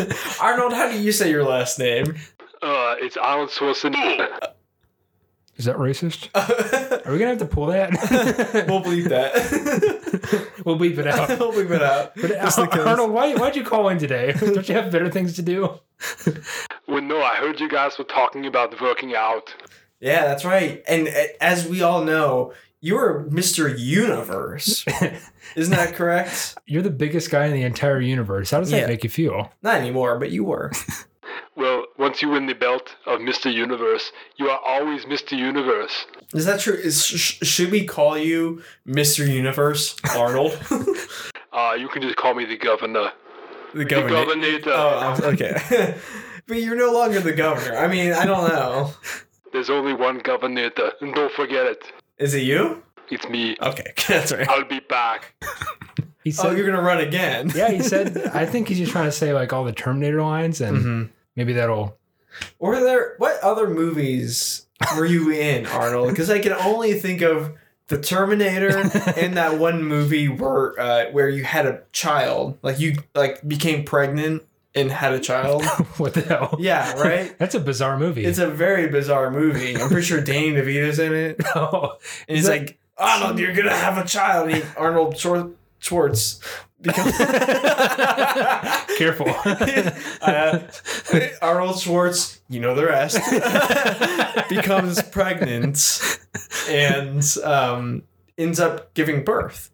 [SPEAKER 1] R.
[SPEAKER 3] (laughs) Arnold, how do you say your last name? (laughs)
[SPEAKER 4] Uh, it's Arnold Schwarzenegger.
[SPEAKER 1] Is that racist?
[SPEAKER 3] we'll
[SPEAKER 1] Are we gonna have to pull
[SPEAKER 3] (laughs)
[SPEAKER 1] that? (laughs)
[SPEAKER 3] bleep that. (laughs)
[SPEAKER 1] we'll bleep it out.
[SPEAKER 3] we'll bleep it out.
[SPEAKER 1] But uh,
[SPEAKER 3] Just in case.
[SPEAKER 1] Arnold, why why'd you call in today? (laughs) Don't you have better things to do?
[SPEAKER 4] Well, no, I heard you guys were talking about working out.
[SPEAKER 3] Yeah, that's right. And uh, as we all know, you're Mr. Universe. Isn't that correct?
[SPEAKER 1] You're the biggest guy in the entire universe. How does that
[SPEAKER 3] Yeah.
[SPEAKER 1] make you feel?
[SPEAKER 3] Not anymore, but you were.
[SPEAKER 4] Well, once you win the belt of Mr. Universe, you are always Mr. Universe.
[SPEAKER 3] Is that true? Is, sh- should we call you Mr. Universe, Arnold?
[SPEAKER 4] Uh, you can just call me the governor.
[SPEAKER 3] the
[SPEAKER 4] The governator.
[SPEAKER 3] Oh, I'm- okay. (laughs) but you're no longer the governor. I mean, I don't know.
[SPEAKER 4] There's only one governator, and don't forget it.
[SPEAKER 3] Is it you?
[SPEAKER 4] It's me.
[SPEAKER 3] Okay, (laughs) that's right.
[SPEAKER 4] I'll be back.
[SPEAKER 1] He said
[SPEAKER 3] Oh, you're gonna run again? (laughs)
[SPEAKER 1] Yeah, he said I think he's just trying to say like all the Terminator lines and
[SPEAKER 3] Mhm.
[SPEAKER 1] maybe that'll (laughs)
[SPEAKER 3] Were there what other movies were you in, Arnold? Because I can only think of the
[SPEAKER 1] (laughs)
[SPEAKER 3] Terminator and that one movie where uh, where you had a child, like you like became pregnant and had a
[SPEAKER 1] (laughs)
[SPEAKER 3] child.
[SPEAKER 1] what the hell?
[SPEAKER 3] Yeah, right.
[SPEAKER 1] That's a bizarre movie.
[SPEAKER 3] It's a very bizarre movie. I'm pretty sure Danny DeVito's in it.
[SPEAKER 1] (laughs) oh,
[SPEAKER 3] And he's
[SPEAKER 1] Is that-
[SPEAKER 3] like, Arnold, you're gonna have a child. And he- Arnold Schwar- Schwartz
[SPEAKER 1] (laughs)
[SPEAKER 3] becomes (laughs)
[SPEAKER 1] careful. (laughs)
[SPEAKER 3] uh, Arnold Schwartz, you know the (laughs) rest, becomes pregnant and um, ends up giving birth.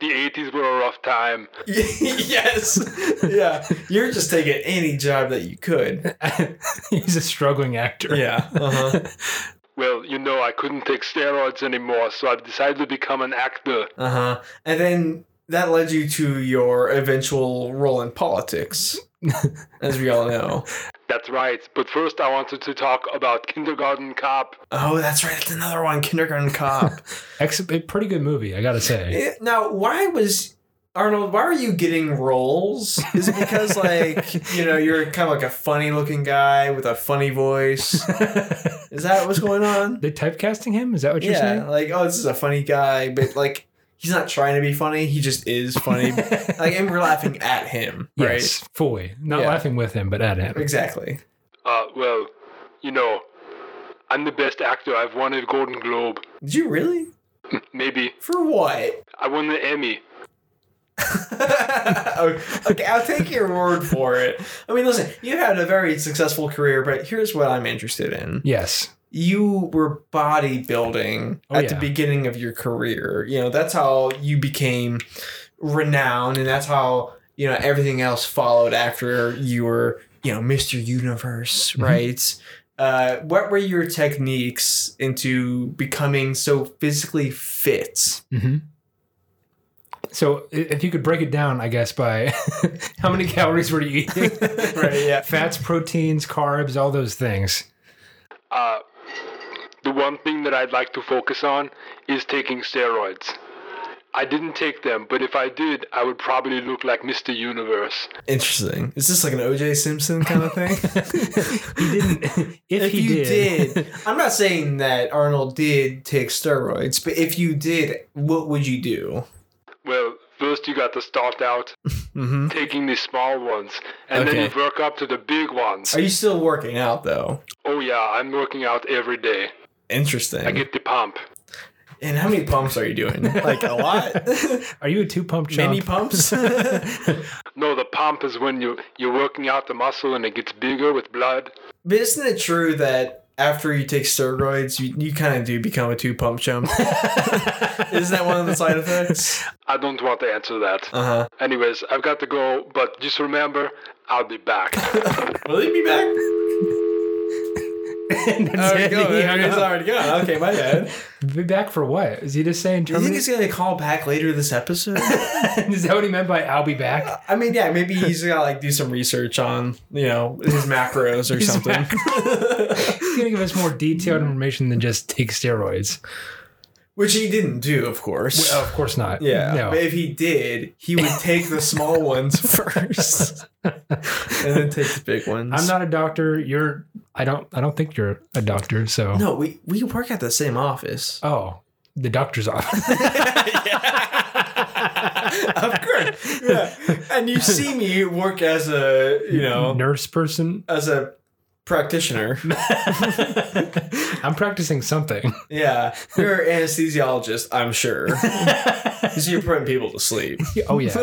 [SPEAKER 4] The 80s were a rough time.
[SPEAKER 3] (laughs) yes, yeah, you're just taking any job that you could.
[SPEAKER 1] he's a struggling actor.
[SPEAKER 3] Yeah, uh-huh.
[SPEAKER 4] Well, you know, I couldn't take steroids anymore, so I've decided to become an actor.
[SPEAKER 3] uh huh, and then that led you to your eventual role in politics, as we all (laughs) know.
[SPEAKER 4] That's right. But first, I wanted to talk about Kindergarten Cop.
[SPEAKER 3] Oh, that's right. That's another one. Kindergarten Cop.
[SPEAKER 1] Ex- a pretty good movie, I gotta say.
[SPEAKER 3] Eh, Now, why was Arnold? Why were you getting roles? Is it because like
[SPEAKER 1] (laughs)
[SPEAKER 3] you know you're kind of like a funny looking guy with a funny voice? Is that what's going
[SPEAKER 1] (laughs)
[SPEAKER 3] on?
[SPEAKER 1] They typecasting him? Is that what you're
[SPEAKER 3] yeah, like oh, this is a funny guy, but like he's not trying to be funny. He just is
[SPEAKER 1] (laughs)
[SPEAKER 3] funny.
[SPEAKER 1] saying?
[SPEAKER 3] like, and we're laughing at him,
[SPEAKER 1] yes, fully. Not
[SPEAKER 3] Yeah.
[SPEAKER 1] laughing with him, but at
[SPEAKER 3] right?
[SPEAKER 1] him.
[SPEAKER 3] Exactly.
[SPEAKER 4] Uh, well, you know, I'm the best actor. I've won a Golden Globe.
[SPEAKER 3] Did you really?
[SPEAKER 4] Maybe.
[SPEAKER 3] For what? (laughs)
[SPEAKER 4] I won the Emmy.
[SPEAKER 3] okay, I'll take your word for it. I mean, listen, you had a very successful career, but here's what I'm interested in.
[SPEAKER 1] Yes.
[SPEAKER 3] You were bodybuilding
[SPEAKER 1] Oh,
[SPEAKER 3] at the
[SPEAKER 1] yeah.
[SPEAKER 3] beginning of your career. You know, that's how you became renowned, and that's how, you know, everything else followed after you were, you know, Mr. Universe,
[SPEAKER 1] Mhm.
[SPEAKER 3] right? Uh, what were your techniques into becoming so physically fit?
[SPEAKER 1] hmm So i- if you could break it down, I guess by (laughs) how many calories were you eating?
[SPEAKER 3] (laughs) right, yeah.
[SPEAKER 1] Fats, proteins, carbs, all those things.
[SPEAKER 4] Uh, the one thing that I'd like to focus on is taking steroids. I didn't take them, but if I did, I would probably look like Mr. Universe.
[SPEAKER 3] Interesting. Is this like an OJ Simpson kind
[SPEAKER 1] (laughs)
[SPEAKER 3] of thing?
[SPEAKER 1] he didn't. (laughs) If,
[SPEAKER 3] if
[SPEAKER 1] he
[SPEAKER 3] you
[SPEAKER 1] did,
[SPEAKER 3] did.
[SPEAKER 1] (laughs)
[SPEAKER 3] I'm not saying that Arnold did take steroids, but if you did, what would you do?
[SPEAKER 4] Well, first you got to start out
[SPEAKER 3] Mm-hmm.
[SPEAKER 4] taking these small ones, and then
[SPEAKER 3] Okay.
[SPEAKER 4] you work up to the big ones.
[SPEAKER 3] Are you still working out though?
[SPEAKER 4] Oh yeah, I'm working out every day.
[SPEAKER 3] Interesting.
[SPEAKER 4] I get the pump.
[SPEAKER 3] and how many pumps are you doing? (laughs) Like a (laughs) lot?
[SPEAKER 1] are you a two pump chump?
[SPEAKER 3] Many (laughs) pumps?
[SPEAKER 4] No, the pump is when you you're working out the muscle and it gets bigger with blood.
[SPEAKER 3] But isn't it true that after you take steroids, you, you kind of do become a two pump (laughs) chump? Isn't that one of the side effects?
[SPEAKER 4] I don't want to answer that.
[SPEAKER 3] Uh huh.
[SPEAKER 4] Anyways, I've got to go, but just remember, I'll be back.
[SPEAKER 3] (laughs) Will he be (laughs) back?
[SPEAKER 1] And that's
[SPEAKER 3] Already
[SPEAKER 1] it.
[SPEAKER 3] gone.
[SPEAKER 1] He hung
[SPEAKER 3] He's
[SPEAKER 1] up.
[SPEAKER 3] already gone. Okay, my bad.
[SPEAKER 1] Be back for what? Is he just saying
[SPEAKER 3] Do you think
[SPEAKER 1] terminate?
[SPEAKER 3] he's gonna call back later this (laughs) episode?
[SPEAKER 1] (laughs) Is that what he meant by "I'll be back"?
[SPEAKER 3] I mean, yeah, maybe he's gotta like do some research on you know his macros or
[SPEAKER 1] His
[SPEAKER 3] something.
[SPEAKER 1] He's gonna give us more detailed information than just take steroids.
[SPEAKER 3] (laughs) Which he didn't do, of course.
[SPEAKER 1] Well, of course not.
[SPEAKER 3] yeah,
[SPEAKER 1] No.
[SPEAKER 3] but if he did, he would take the small
[SPEAKER 1] (laughs)
[SPEAKER 3] ones first, (laughs) and then take the big ones.
[SPEAKER 1] I'm not a doctor. You're. I don't. I don't think you're a doctor. So.
[SPEAKER 3] No, we we work at the same
[SPEAKER 1] (laughs)
[SPEAKER 3] office. (laughs)
[SPEAKER 1] Oh, the doctor's (laughs) office.
[SPEAKER 3] of course. Yeah, and you see me work as a you know
[SPEAKER 1] nurse person.
[SPEAKER 3] as a
[SPEAKER 1] (laughs)
[SPEAKER 3] practitioner.
[SPEAKER 1] I'm practicing something. (laughs)
[SPEAKER 3] Yeah, you're an anesthesiologist, I'm sure.
[SPEAKER 1] oh
[SPEAKER 3] So you're putting people to sleep.
[SPEAKER 1] yeah, all day. (laughs)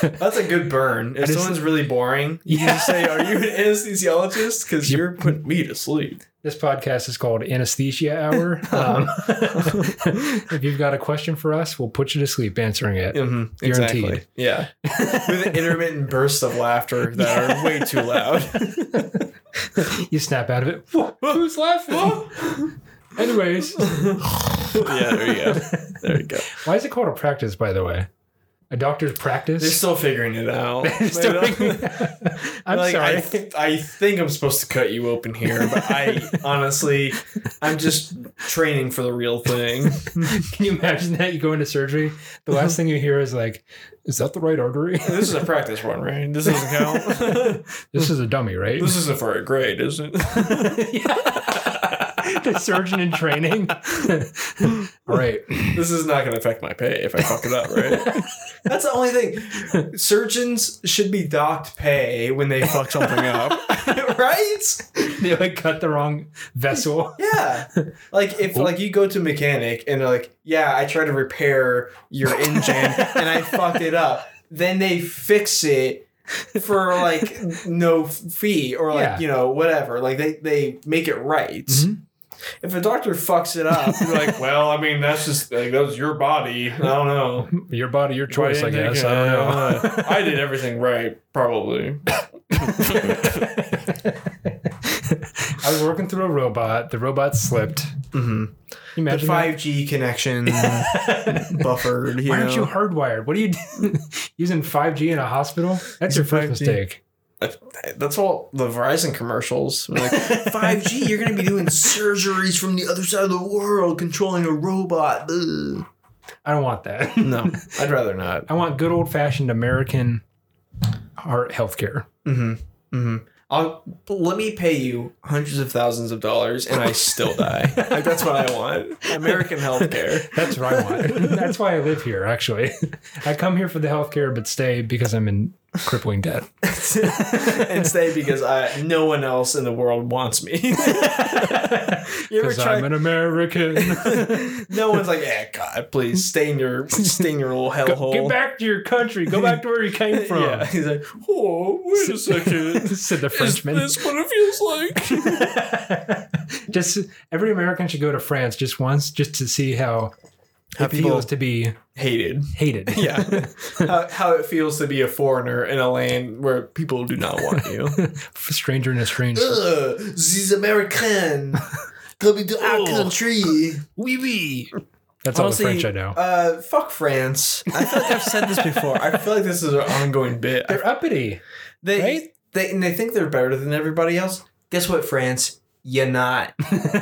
[SPEAKER 3] That's a good burn. If
[SPEAKER 1] just-
[SPEAKER 3] someone's really boring, you
[SPEAKER 1] Yeah.
[SPEAKER 3] can just say, "Are you an anesthesiologist?" Because you're putting me to sleep.
[SPEAKER 1] this podcast is called Anesthesia (laughs) Hour. Um, (laughs) if you've got a question for us, we'll put you to sleep answering it.
[SPEAKER 3] Mm-hmm,
[SPEAKER 1] Guaranteed.
[SPEAKER 3] Yeah. With intermittent bursts of laughter that are way too loud.
[SPEAKER 1] (laughs) You snap out of it. Whoa, Who's laughing? Anyways,
[SPEAKER 3] (laughs) yeah. There you go. There you go.
[SPEAKER 1] why is it called a practice? By the way, a doctor's
[SPEAKER 3] They're
[SPEAKER 1] practice.
[SPEAKER 3] still figuring it
[SPEAKER 1] (laughs)
[SPEAKER 3] out. They don't- (laughs)
[SPEAKER 1] I'm
[SPEAKER 3] like,
[SPEAKER 1] sorry.
[SPEAKER 3] I, th- I think I'm supposed to cut you open here, but (laughs) I honestly, I'm just training for the real thing.
[SPEAKER 1] (laughs) Can you imagine that? You go into surgery, the last thing you hear is like, "Is that the right artery? (laughs)
[SPEAKER 3] This is a practice one, right? This doesn't (laughs) count.
[SPEAKER 1] this is a dummy, right?"
[SPEAKER 3] this isn't for a grade, is it?
[SPEAKER 1] (laughs) the surgeon in training. (laughs) All
[SPEAKER 3] (laughs)
[SPEAKER 1] right. (laughs)
[SPEAKER 3] this is not going to affect my pay if I fuck it up, right? (laughs) That's the only thing. Surgeons should be docked pay when they fuck something up, (laughs) right?
[SPEAKER 1] They like cut the wrong vessel.
[SPEAKER 3] Yeah. Like if like you go to a mechanic and they're like, "Yeah, I tried to repair your engine
[SPEAKER 1] (laughs)
[SPEAKER 3] and I fucked it up." Then they fix it for like no fee or like,
[SPEAKER 1] Yeah.
[SPEAKER 3] you know, whatever. Like they they make it right.
[SPEAKER 1] Mhm.
[SPEAKER 3] If a doctor fucks it up,
[SPEAKER 1] (laughs)
[SPEAKER 3] you're like, "Well, I mean, that's just like that was your body. I don't know."
[SPEAKER 1] (laughs) Your body, your choice, I
[SPEAKER 3] Why didn't
[SPEAKER 1] guess.
[SPEAKER 3] they-
[SPEAKER 1] I don't know. (laughs)
[SPEAKER 3] uh, I did everything right, probably.
[SPEAKER 1] I was working through a robot. The robot slipped. Can you
[SPEAKER 3] The
[SPEAKER 1] Mm-hmm. imagine that?
[SPEAKER 3] five G connection
[SPEAKER 1] (laughs)
[SPEAKER 3] buffered. You
[SPEAKER 1] Why aren't
[SPEAKER 3] know.
[SPEAKER 1] you hardwired? What are you doing? (laughs) using 5G in a hospital? That's your first
[SPEAKER 3] 5G.
[SPEAKER 1] mistake.
[SPEAKER 3] That's all the Verizon commercials.
[SPEAKER 1] (laughs)
[SPEAKER 3] Like five G, you're gonna be doing surgeries from the other side of the world, controlling a robot. Ugh.
[SPEAKER 1] I don't want that. (laughs)
[SPEAKER 3] No, I'd rather not.
[SPEAKER 1] I want good old fashioned American heart healthcare.
[SPEAKER 3] Mm-hmm. Mm-hmm. I'll let me pay you hundreds of thousands of dollars, and I still
[SPEAKER 1] (laughs)
[SPEAKER 3] die. like that's what I want. American healthcare.
[SPEAKER 1] That's what I (laughs) want. That's (laughs) why I live here, actually. I come here for the healthcare, but stay because I'm in crippling debt.
[SPEAKER 3] and stay because I no one else in the world wants
[SPEAKER 1] (laughs)
[SPEAKER 3] me. you ever
[SPEAKER 1] Because
[SPEAKER 3] try?
[SPEAKER 1] I'm an
[SPEAKER 3] (laughs)
[SPEAKER 1] American.
[SPEAKER 3] no one's like, yeah, God, please stay in your stay in your little
[SPEAKER 1] Go-
[SPEAKER 3] hellhole.
[SPEAKER 1] Get back to your country. Go back to where you came from.
[SPEAKER 3] (laughs) Yeah, he's like, oh, wait a (laughs) second.
[SPEAKER 1] (laughs) Said the
[SPEAKER 3] Is
[SPEAKER 1] Frenchman.
[SPEAKER 3] this what it feels
[SPEAKER 1] (laughs)
[SPEAKER 3] like?
[SPEAKER 1] just every American should go to France just once, just to see how,
[SPEAKER 3] How
[SPEAKER 1] it
[SPEAKER 3] people-
[SPEAKER 1] feels to be
[SPEAKER 3] (laughs) Hated.
[SPEAKER 1] hated. (laughs)
[SPEAKER 3] (laughs) Yeah. how, how it feels to be a foreigner in a land where people do not want (laughs) you.
[SPEAKER 1] stranger in a stranger.
[SPEAKER 3] Ugh, these American coming to our country.
[SPEAKER 1] Wee wee. That's all the French I know.
[SPEAKER 3] Uh, fuck France. I feel like I've said this before. I feel like this is an ongoing bit. I-
[SPEAKER 1] They're uppity.
[SPEAKER 3] They,
[SPEAKER 1] right?
[SPEAKER 3] they and they think they're better than everybody else. Guess what, France? You're not.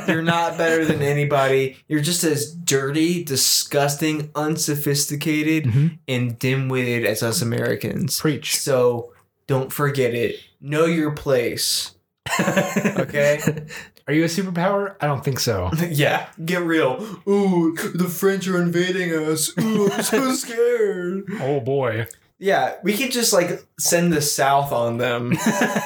[SPEAKER 3] You're not better than anybody. You're just as dirty, disgusting, unsophisticated,
[SPEAKER 1] Mhm.
[SPEAKER 3] and dim-witted as us Americans.
[SPEAKER 1] Preach.
[SPEAKER 3] So don't forget it. Know your place. Okay.
[SPEAKER 1] Are you a superpower? I don't think so.
[SPEAKER 3] Yeah, get real. Ooh, the French are invading us. Ooh, I'm so scared.
[SPEAKER 1] Oh boy.
[SPEAKER 3] Yeah, we could just like send the South on them,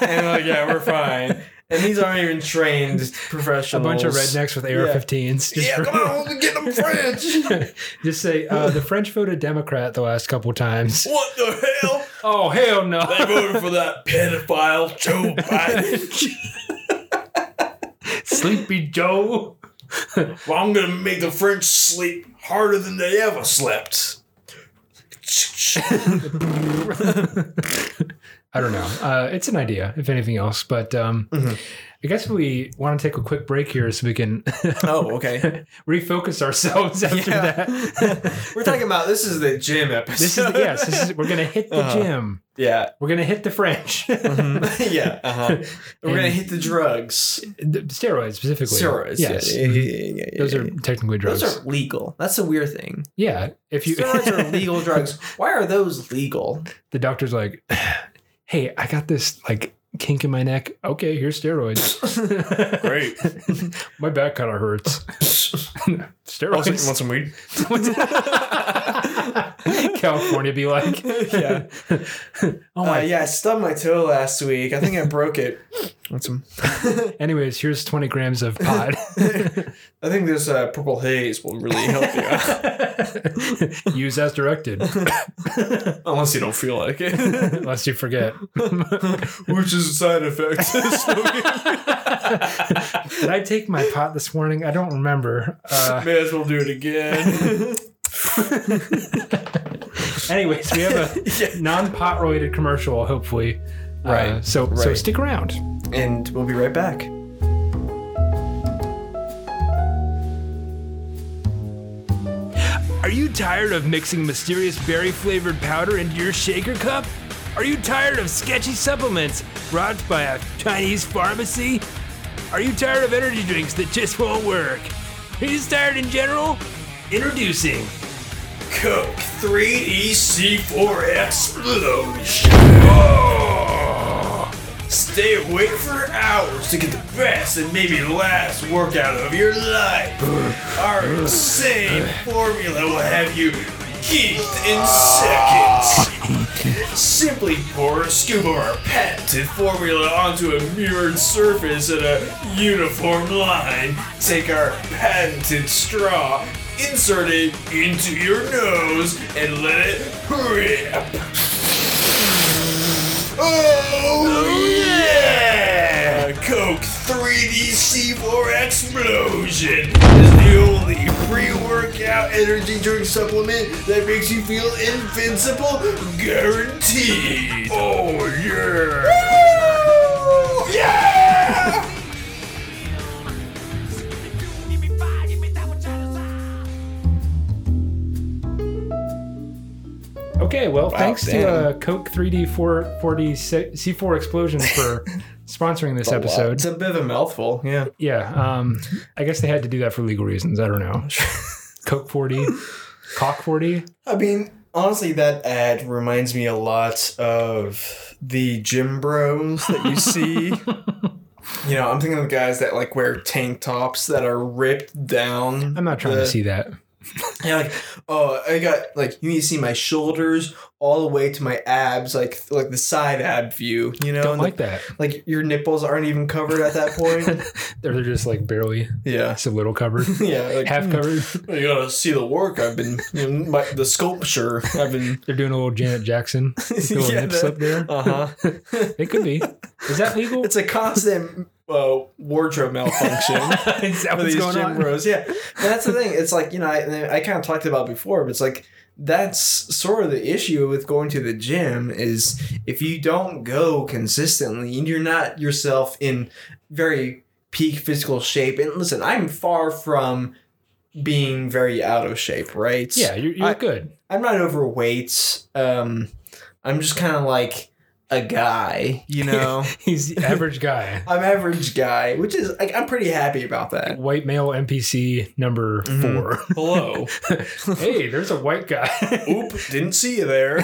[SPEAKER 3] and like, yeah, we're fine. And these aren't even trained
[SPEAKER 1] (laughs) A
[SPEAKER 3] professionals.
[SPEAKER 1] bunch
[SPEAKER 3] (laughs)
[SPEAKER 1] of rednecks with AR-15s. Just,
[SPEAKER 3] Yeah, come on, get them French.
[SPEAKER 1] (laughs) just say uh, the French voted Democrat the last couple times.
[SPEAKER 3] what the hell?
[SPEAKER 1] Oh hell no!
[SPEAKER 3] They (laughs) voted for that pedophile Joe (laughs) Biden.
[SPEAKER 1] Sleepy Joe.
[SPEAKER 3] well, I'm gonna make the French sleep harder than they ever slept.
[SPEAKER 1] I don't know. Uh, it's an idea, if anything else. But um,
[SPEAKER 3] Mhm.
[SPEAKER 1] I guess we want to take a quick break here so we
[SPEAKER 3] (laughs)
[SPEAKER 1] can
[SPEAKER 3] (laughs) oh, okay. (laughs)
[SPEAKER 1] refocus ourselves after
[SPEAKER 3] Yeah.
[SPEAKER 1] that.
[SPEAKER 3] We're talking about this is the gym episode.
[SPEAKER 1] this is
[SPEAKER 3] (laughs)
[SPEAKER 1] the, yes. This is, we're gonna hit the
[SPEAKER 3] Uh-huh.
[SPEAKER 1] gym.
[SPEAKER 3] yeah,
[SPEAKER 1] We're gonna hit the French,
[SPEAKER 3] (laughs) yeah. Uh-huh. We're gonna
[SPEAKER 1] Mm-hmm. And-
[SPEAKER 3] hit the drugs,
[SPEAKER 1] The steroids specifically.
[SPEAKER 3] steroids.
[SPEAKER 1] Yes.
[SPEAKER 3] Yeah, yeah, yeah, yeah, yeah,
[SPEAKER 1] Those
[SPEAKER 3] yeah,
[SPEAKER 1] are
[SPEAKER 3] yeah.
[SPEAKER 1] technically drugs.
[SPEAKER 3] those are legal. That's the weird thing.
[SPEAKER 1] yeah. If you
[SPEAKER 3] steroids
[SPEAKER 1] (laughs)
[SPEAKER 3] (laughs) are legal drugs. Why are those legal?
[SPEAKER 1] the doctor's like, (sighs) "Hey, I got this like kink in my neck. Okay, here's steroids.
[SPEAKER 3] (laughs) Great.
[SPEAKER 1] my back kind of hurts. steroids.
[SPEAKER 3] some weed?
[SPEAKER 1] (laughs)
[SPEAKER 3] (laughs)
[SPEAKER 1] California be like,
[SPEAKER 3] yeah.
[SPEAKER 1] oh
[SPEAKER 3] Uh,
[SPEAKER 1] my.
[SPEAKER 3] yeah, I stubbed my toe last week. I think I broke it. Want some?
[SPEAKER 1] Anyways, here's 20 grams of (laughs) pod.
[SPEAKER 3] (laughs) I think this uh, purple haze will really help you out.
[SPEAKER 1] Use as directed,
[SPEAKER 3] (laughs) Unless you don't feel like it.
[SPEAKER 1] unless you (laughs) forget.
[SPEAKER 3] (laughs) Which is a side effect. (laughs)
[SPEAKER 1] Did I take my pot this morning? I don't remember. Uh,
[SPEAKER 3] May as well do it again.
[SPEAKER 1] (laughs) anyways, we have (laughs) a non-pot related commercial, hopefully. Uh,
[SPEAKER 3] Right,
[SPEAKER 1] so so
[SPEAKER 3] right.
[SPEAKER 1] stick around.
[SPEAKER 3] and we'll be right back.
[SPEAKER 2] Are you tired of mixing mysterious berry flavored powder into your shaker cup? Are you tired of sketchy supplements brought by a Chinese pharmacy? Are you tired of energy drinks that just won't work? Are you just tired in general? Introducing
[SPEAKER 3] Coke E 3EC4X Explosion. Oh! Stay awake for hours to get the best and maybe last workout of your life. Our insane formula will have you geeked in seconds. Simply pour a scoop of our patented formula onto a mirrored surface in a uniform line. Take our patented straw, insert it into your nose, and let it rip. Oh yeah! Coke 3DC4 Explosion is the only pre-workout energy drink supplement that makes you feel invincible, guaranteed. Oh yeah! Woo! Yeah!
[SPEAKER 1] Okay, well, thanks to uh, Coke 3D 440 C4 Explosion
[SPEAKER 3] (laughs)
[SPEAKER 1] for sponsoring this episode.
[SPEAKER 3] a bit of a mouthful, yeah.
[SPEAKER 1] Yeah, um, I guess they had to do that for legal reasons. I don't
[SPEAKER 3] (laughs)
[SPEAKER 1] know. Coke 40, Cock 40.
[SPEAKER 3] I mean, honestly, that ad reminds me a lot of the gym bros that
[SPEAKER 1] (laughs)
[SPEAKER 3] you see. you know, I'm thinking of the guys that like wear tank tops that are ripped down.
[SPEAKER 1] I'm not trying
[SPEAKER 3] the-
[SPEAKER 1] to see that.
[SPEAKER 3] And you're like, oh, I got like you need to see my shoulders all the way to my abs, like like the side ab view, you know?
[SPEAKER 1] Don't
[SPEAKER 3] And
[SPEAKER 1] like that.
[SPEAKER 3] the- like your nipples aren't even covered at that point.
[SPEAKER 1] (laughs) They're they're just like barely,
[SPEAKER 3] yeah. (laughs)
[SPEAKER 1] it's a little covered,
[SPEAKER 3] Yeah. Like, hmm.
[SPEAKER 1] half covered.
[SPEAKER 3] You gotta see the work I've been, you know, my, the sculpture I've been.
[SPEAKER 1] They're doing a little Janet
[SPEAKER 3] (laughs)
[SPEAKER 1] Jackson. Little nips up there.
[SPEAKER 3] Uh huh.
[SPEAKER 1] It could be. Is that legal?
[SPEAKER 3] It's a constant uh, wardrobe malfunction.
[SPEAKER 1] (laughs) Is that
[SPEAKER 3] for
[SPEAKER 1] what's
[SPEAKER 3] these
[SPEAKER 1] going
[SPEAKER 3] gym
[SPEAKER 1] on?
[SPEAKER 3] bros. Yeah, that's the thing. It's like you know, I, I kind of talked about before, but it's like that's sort of the issue with going to the gym is if you don't go consistently and you're not yourself in very peak physical shape. And listen, I'm far from being very out of shape, right?
[SPEAKER 1] Yeah, you're, you're
[SPEAKER 3] I-
[SPEAKER 1] good.
[SPEAKER 3] I'm not overweight. Um, I'm just kind of like a guy,
[SPEAKER 1] (laughs)
[SPEAKER 3] you know.
[SPEAKER 1] He's the average guy.
[SPEAKER 3] I'm average guy, which is like I'm pretty happy about that.
[SPEAKER 1] White male NPC number
[SPEAKER 3] Mhm. Hello. (laughs)
[SPEAKER 1] four. hey, there's a white guy.
[SPEAKER 3] Oop, didn't see
[SPEAKER 1] (laughs)
[SPEAKER 3] you there.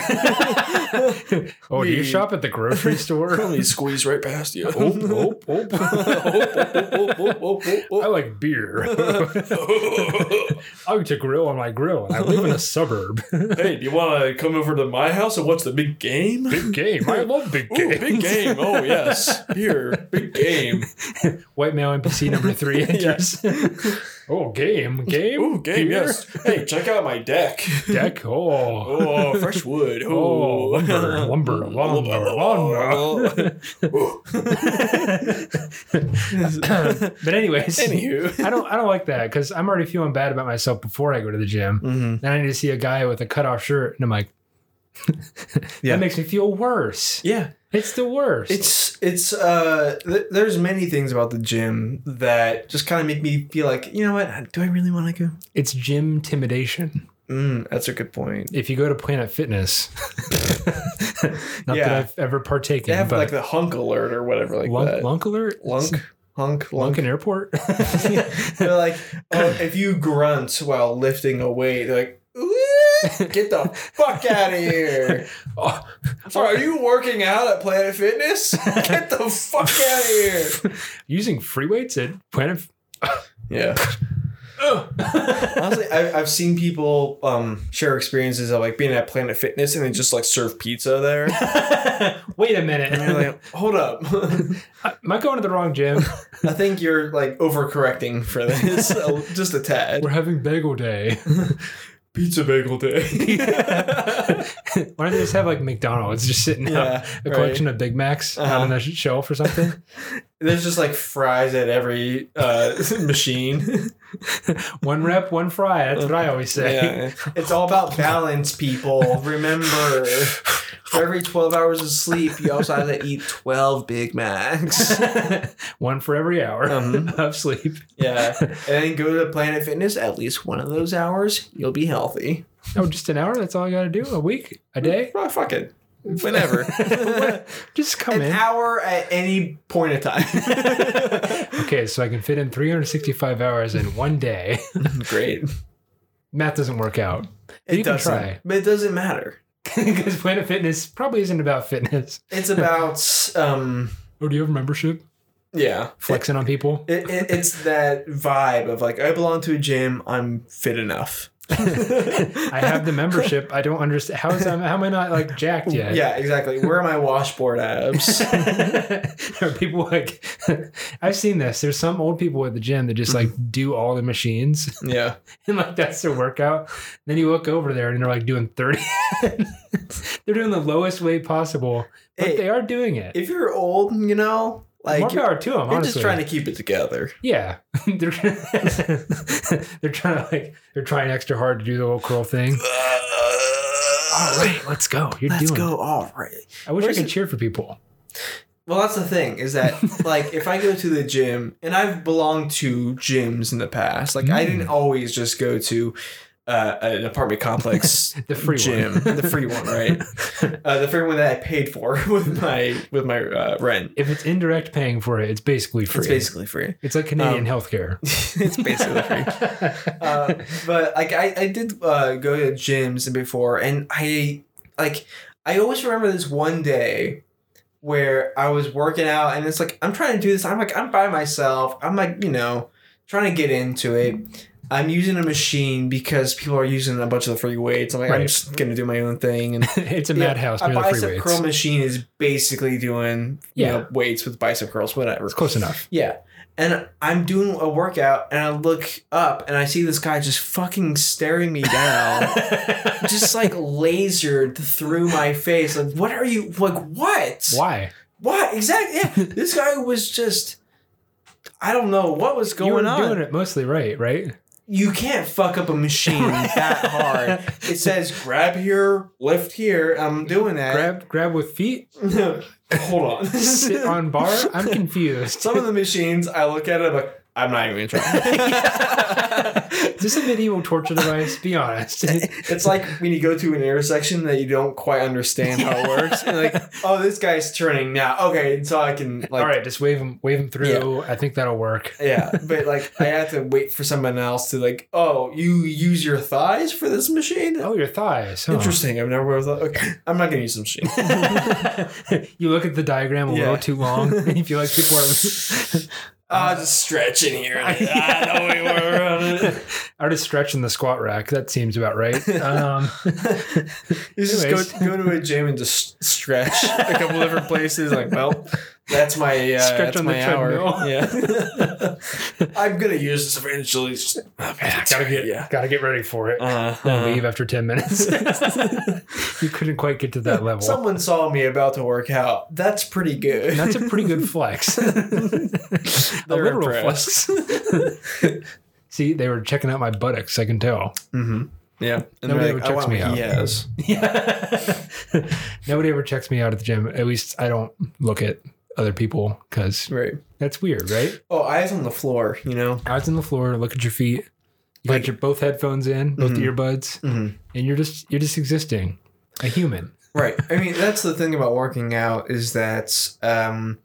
[SPEAKER 1] oh, do you
[SPEAKER 3] We-
[SPEAKER 1] shop at the grocery store? (laughs)
[SPEAKER 3] squeeze right past you.
[SPEAKER 1] Oh, oh, oh. I like beer. (laughs) I like to grill on my grill, and I live in a suburb.
[SPEAKER 3] Hey, do you want to come over to my house and watch the big game?
[SPEAKER 1] Big game. I love big game.
[SPEAKER 3] game. Oh, yes. Here, big game.
[SPEAKER 1] (laughs) White male NPC number three enters. (laughs) oh, game, game. beer,
[SPEAKER 3] Hey, check out my deck.
[SPEAKER 1] Deck.
[SPEAKER 3] (laughs)
[SPEAKER 1] Oh.
[SPEAKER 3] Oh, fresh wood.
[SPEAKER 1] Oh, lumber, lumber, lumber,
[SPEAKER 3] (laughs)
[SPEAKER 1] lumber. but anyways, I don't, I don't like that because I'm already feeling bad about myself before I go to the gym.
[SPEAKER 3] Mm-hmm.
[SPEAKER 1] Then I need to see a guy with a cutoff shirt, and I'm like, (laughs)
[SPEAKER 3] Yeah.
[SPEAKER 1] that makes me feel worse.
[SPEAKER 3] Yeah,
[SPEAKER 1] It's the worst.
[SPEAKER 3] it's it's uh. Th- there's many things about the gym that just kind of make me feel like, you know what? Do I really want to go?
[SPEAKER 1] it's gym intimidation.
[SPEAKER 3] Mm, that's a good point.
[SPEAKER 1] If you go to Planet Fitness, (laughs) not that
[SPEAKER 3] Yeah.
[SPEAKER 1] I've ever partaken,
[SPEAKER 3] They have
[SPEAKER 1] but
[SPEAKER 3] like the hunk alert or whatever like
[SPEAKER 1] Lunk,
[SPEAKER 3] that.
[SPEAKER 1] Lunk alert,
[SPEAKER 3] Lunk, hunk, lunk.
[SPEAKER 1] Lunkin Airport.
[SPEAKER 3] (laughs)
[SPEAKER 1] (laughs)
[SPEAKER 3] they're like, oh, if you grunt while lifting a weight, they're like, "Ooh, get the fuck out
[SPEAKER 1] (laughs)
[SPEAKER 3] of here.
[SPEAKER 1] Oh,
[SPEAKER 3] Are you working out at Planet Fitness? (laughs) Get the fuck out of here.
[SPEAKER 1] (laughs) using free weights at Planet. F-
[SPEAKER 3] Yeah. (laughs) Honestly, I, I've seen people um, share experiences of like being at Planet Fitness and they just like serve pizza there. (laughs)
[SPEAKER 1] Wait a minute.
[SPEAKER 3] And you're like, hold up.
[SPEAKER 1] (laughs)
[SPEAKER 3] (laughs)
[SPEAKER 1] Am I going to the wrong gym?
[SPEAKER 3] I think you're like overcorrecting for this uh, just a tad.
[SPEAKER 1] We're having bagel day. (laughs)
[SPEAKER 3] Pizza bagel day.
[SPEAKER 1] Why don't they just have like McDonald's just sitting out
[SPEAKER 3] yeah,
[SPEAKER 1] a
[SPEAKER 3] right.
[SPEAKER 1] collection of Big Macs out on
[SPEAKER 3] Uh-huh.
[SPEAKER 1] the sh- shelf or something?
[SPEAKER 3] (laughs) There's just like fries at every uh, (laughs) machine.
[SPEAKER 1] one rep, one fry. That's what I always
[SPEAKER 3] (laughs)
[SPEAKER 1] say.
[SPEAKER 3] It's all about balance, people. Remember, for every 12 hours of sleep, you also have to eat 12 Big (laughs) Macs.
[SPEAKER 1] one for every hour
[SPEAKER 3] Mhm.
[SPEAKER 1] (laughs) of sleep.
[SPEAKER 3] Yeah. (laughs) And then go to Planet Fitness at least one of those hours, you'll be healthy.
[SPEAKER 1] Oh, just an hour? That's all I got to do? A week? A day?
[SPEAKER 3] Well, fuck it. Whenever.
[SPEAKER 1] (laughs) Just come
[SPEAKER 3] An
[SPEAKER 1] in.
[SPEAKER 3] hour at any point
[SPEAKER 1] (laughs)
[SPEAKER 3] of time.
[SPEAKER 1] Okay, so I can fit in 365 hours in one day. (laughs)
[SPEAKER 3] Great.
[SPEAKER 1] Math doesn't work out.
[SPEAKER 3] It
[SPEAKER 1] You can
[SPEAKER 3] doesn't.
[SPEAKER 1] try. (laughs)
[SPEAKER 3] But it doesn't matter.
[SPEAKER 1] Because Planet Fitness probably isn't about fitness.
[SPEAKER 3] It's about (laughs) um
[SPEAKER 1] Oh, do you have membership?
[SPEAKER 3] yeah.
[SPEAKER 1] Flexing on people?
[SPEAKER 3] It, it, it's that vibe of like I belong to a gym. I'm
[SPEAKER 1] (laughs)
[SPEAKER 3] fit enough. (laughs)
[SPEAKER 1] I have the membership. I don't understand. How, is, I- how am I not like jacked yet? (laughs)
[SPEAKER 3] Yeah, exactly. Where are my washboard abs?
[SPEAKER 1] Or people like (laughs) I've seen this. There's some old people at the gym that just like do all the machines
[SPEAKER 3] yeah,
[SPEAKER 1] (laughs) and like that's their workout. then you look over there and they're like doing 30. (laughs) they're doing the lowest weight possible, but
[SPEAKER 3] Hey,
[SPEAKER 1] they are doing it.
[SPEAKER 3] if you're old, you know, like
[SPEAKER 1] More
[SPEAKER 3] you're,
[SPEAKER 1] power to them,
[SPEAKER 3] you're
[SPEAKER 1] honestly.
[SPEAKER 3] just trying to keep it together.
[SPEAKER 1] yeah. (laughs) they're, (laughs) they're trying to like they're trying extra hard to do the little curl thing. All right, let's go. You're
[SPEAKER 3] Let's
[SPEAKER 1] doing it.
[SPEAKER 3] go. All right.
[SPEAKER 1] I wish I
[SPEAKER 3] Where's
[SPEAKER 1] could
[SPEAKER 3] it-
[SPEAKER 1] cheer for people.
[SPEAKER 3] Well, that's the thing
[SPEAKER 1] (laughs)
[SPEAKER 3] is that like if I go to the gym and I've belonged to gyms in the past, like I
[SPEAKER 1] Mm.
[SPEAKER 3] didn't always just go to uh, an apartment complex,
[SPEAKER 1] (laughs) The free
[SPEAKER 3] gym,
[SPEAKER 1] one.
[SPEAKER 3] the free
[SPEAKER 1] (laughs)
[SPEAKER 3] one, right? uh, the free one that I paid for (laughs) with my with my uh, rent.
[SPEAKER 1] If it's indirect paying for it, it's basically free. It's,
[SPEAKER 3] It's basically free.
[SPEAKER 1] like Canadian
[SPEAKER 3] Um,
[SPEAKER 1] healthcare.
[SPEAKER 3] it's basically (laughs) free.
[SPEAKER 1] (laughs)
[SPEAKER 3] Uh, but like I, I did uh, go to gyms before, and I like I always remember this one day where I was working out, and it's like I'm trying to do this. I'm like I'm by myself. I'm like you know trying to get into it, I'm using a machine because people are using a bunch of the free weights. I'm like, I'm
[SPEAKER 1] Right.
[SPEAKER 3] just gonna do my own thing. And
[SPEAKER 1] it's a
[SPEAKER 3] Yeah,
[SPEAKER 1] madhouse
[SPEAKER 3] a
[SPEAKER 1] near the
[SPEAKER 3] bicep
[SPEAKER 1] freeways.
[SPEAKER 3] curl machine is basically doing you
[SPEAKER 1] Yeah.
[SPEAKER 3] know, weights with bicep curls, whatever.
[SPEAKER 1] it's close
[SPEAKER 3] (laughs)
[SPEAKER 1] enough.
[SPEAKER 3] Yeah. And I'm doing a workout and I look up and I see this guy just fucking staring
[SPEAKER 1] (laughs)
[SPEAKER 3] me down, just like lasered through my face. Like, what are you, like, what?
[SPEAKER 1] Why?
[SPEAKER 3] What? Exactly.
[SPEAKER 1] (laughs)
[SPEAKER 3] Yeah. this guy was just, I don't know what was
[SPEAKER 1] you
[SPEAKER 3] going
[SPEAKER 1] were
[SPEAKER 3] on.
[SPEAKER 1] doing it mostly right, right?
[SPEAKER 3] You can't fuck up a machine that
[SPEAKER 1] (laughs)
[SPEAKER 3] hard. It says grab here, lift here. I'm doing that.
[SPEAKER 1] Grab, grab with feet,
[SPEAKER 3] (laughs)
[SPEAKER 1] (laughs)
[SPEAKER 3] Hold on.
[SPEAKER 1] sit on bar. I'm confused.
[SPEAKER 3] Some of the machines, I look at it, I'm like, I'm not even
[SPEAKER 1] (laughs)
[SPEAKER 3] gonna try.
[SPEAKER 1] Is this a medieval torture device? Be honest.
[SPEAKER 3] it's (laughs) like when you go to an intersection that you don't quite understand how it works. And
[SPEAKER 1] (laughs)
[SPEAKER 3] you're like, oh, this guy's turning now. Okay, so I can like,
[SPEAKER 1] All right, just wave them, wave them through. I think that'll work.
[SPEAKER 3] yeah. But like,
[SPEAKER 1] (laughs)
[SPEAKER 3] I have to wait for someone else to like, oh, you use your thighs for this machine?
[SPEAKER 1] Oh, your thighs. huh.
[SPEAKER 3] Interesting. I've never thought. Okay, I'm not gonna use some shit.
[SPEAKER 1] (laughs) you look at the diagram a little
[SPEAKER 3] Yeah.
[SPEAKER 1] too long, (laughs) and you feel like people are.
[SPEAKER 3] I'll Ah, just stretch in here.
[SPEAKER 1] (laughs)
[SPEAKER 3] Like, (laughs) I know we were on it.
[SPEAKER 1] I just stretch in the squat rack. That seems about
[SPEAKER 3] (laughs)
[SPEAKER 1] right. Um,
[SPEAKER 3] You just
[SPEAKER 1] Anyways.
[SPEAKER 3] go, go to a gym and just stretch a couple different places. Like, well, that's my uh,
[SPEAKER 1] Stretch
[SPEAKER 3] that's
[SPEAKER 1] on the
[SPEAKER 3] my hour.
[SPEAKER 1] treadmill. (laughs)
[SPEAKER 3] Yeah, I'm gonna use this eventually. Just, oh,
[SPEAKER 1] gotta get,
[SPEAKER 3] yeah.
[SPEAKER 1] gotta get ready for it.
[SPEAKER 3] Uh,
[SPEAKER 1] Then leave after ten minutes. (laughs) you couldn't quite get to that level.
[SPEAKER 3] Someone saw me about to work out. That's pretty good.
[SPEAKER 1] That's
[SPEAKER 3] (laughs)
[SPEAKER 1] a pretty good flex. a
[SPEAKER 3] They're
[SPEAKER 1] literal
[SPEAKER 3] impressed.
[SPEAKER 1] flex. (laughs) See, they were checking out my buttocks. I can tell.
[SPEAKER 3] mm-hmm. Yeah, and
[SPEAKER 1] Nobody
[SPEAKER 3] they're like,
[SPEAKER 1] ever checks
[SPEAKER 3] "I want
[SPEAKER 1] me out."
[SPEAKER 3] Yes,
[SPEAKER 1] (laughs) Nobody ever checks me out at the gym. At least I don't look at other people because
[SPEAKER 3] right.
[SPEAKER 1] that's weird, right?
[SPEAKER 3] Oh, eyes on the floor. You know,
[SPEAKER 1] Eyes on the floor, look at your feet. You got your both headphones in,
[SPEAKER 3] Mm-hmm.
[SPEAKER 1] both earbuds,
[SPEAKER 3] Mhm.
[SPEAKER 1] and you're just you're just existing, a human.
[SPEAKER 3] right i mean that's the thing about working out is that um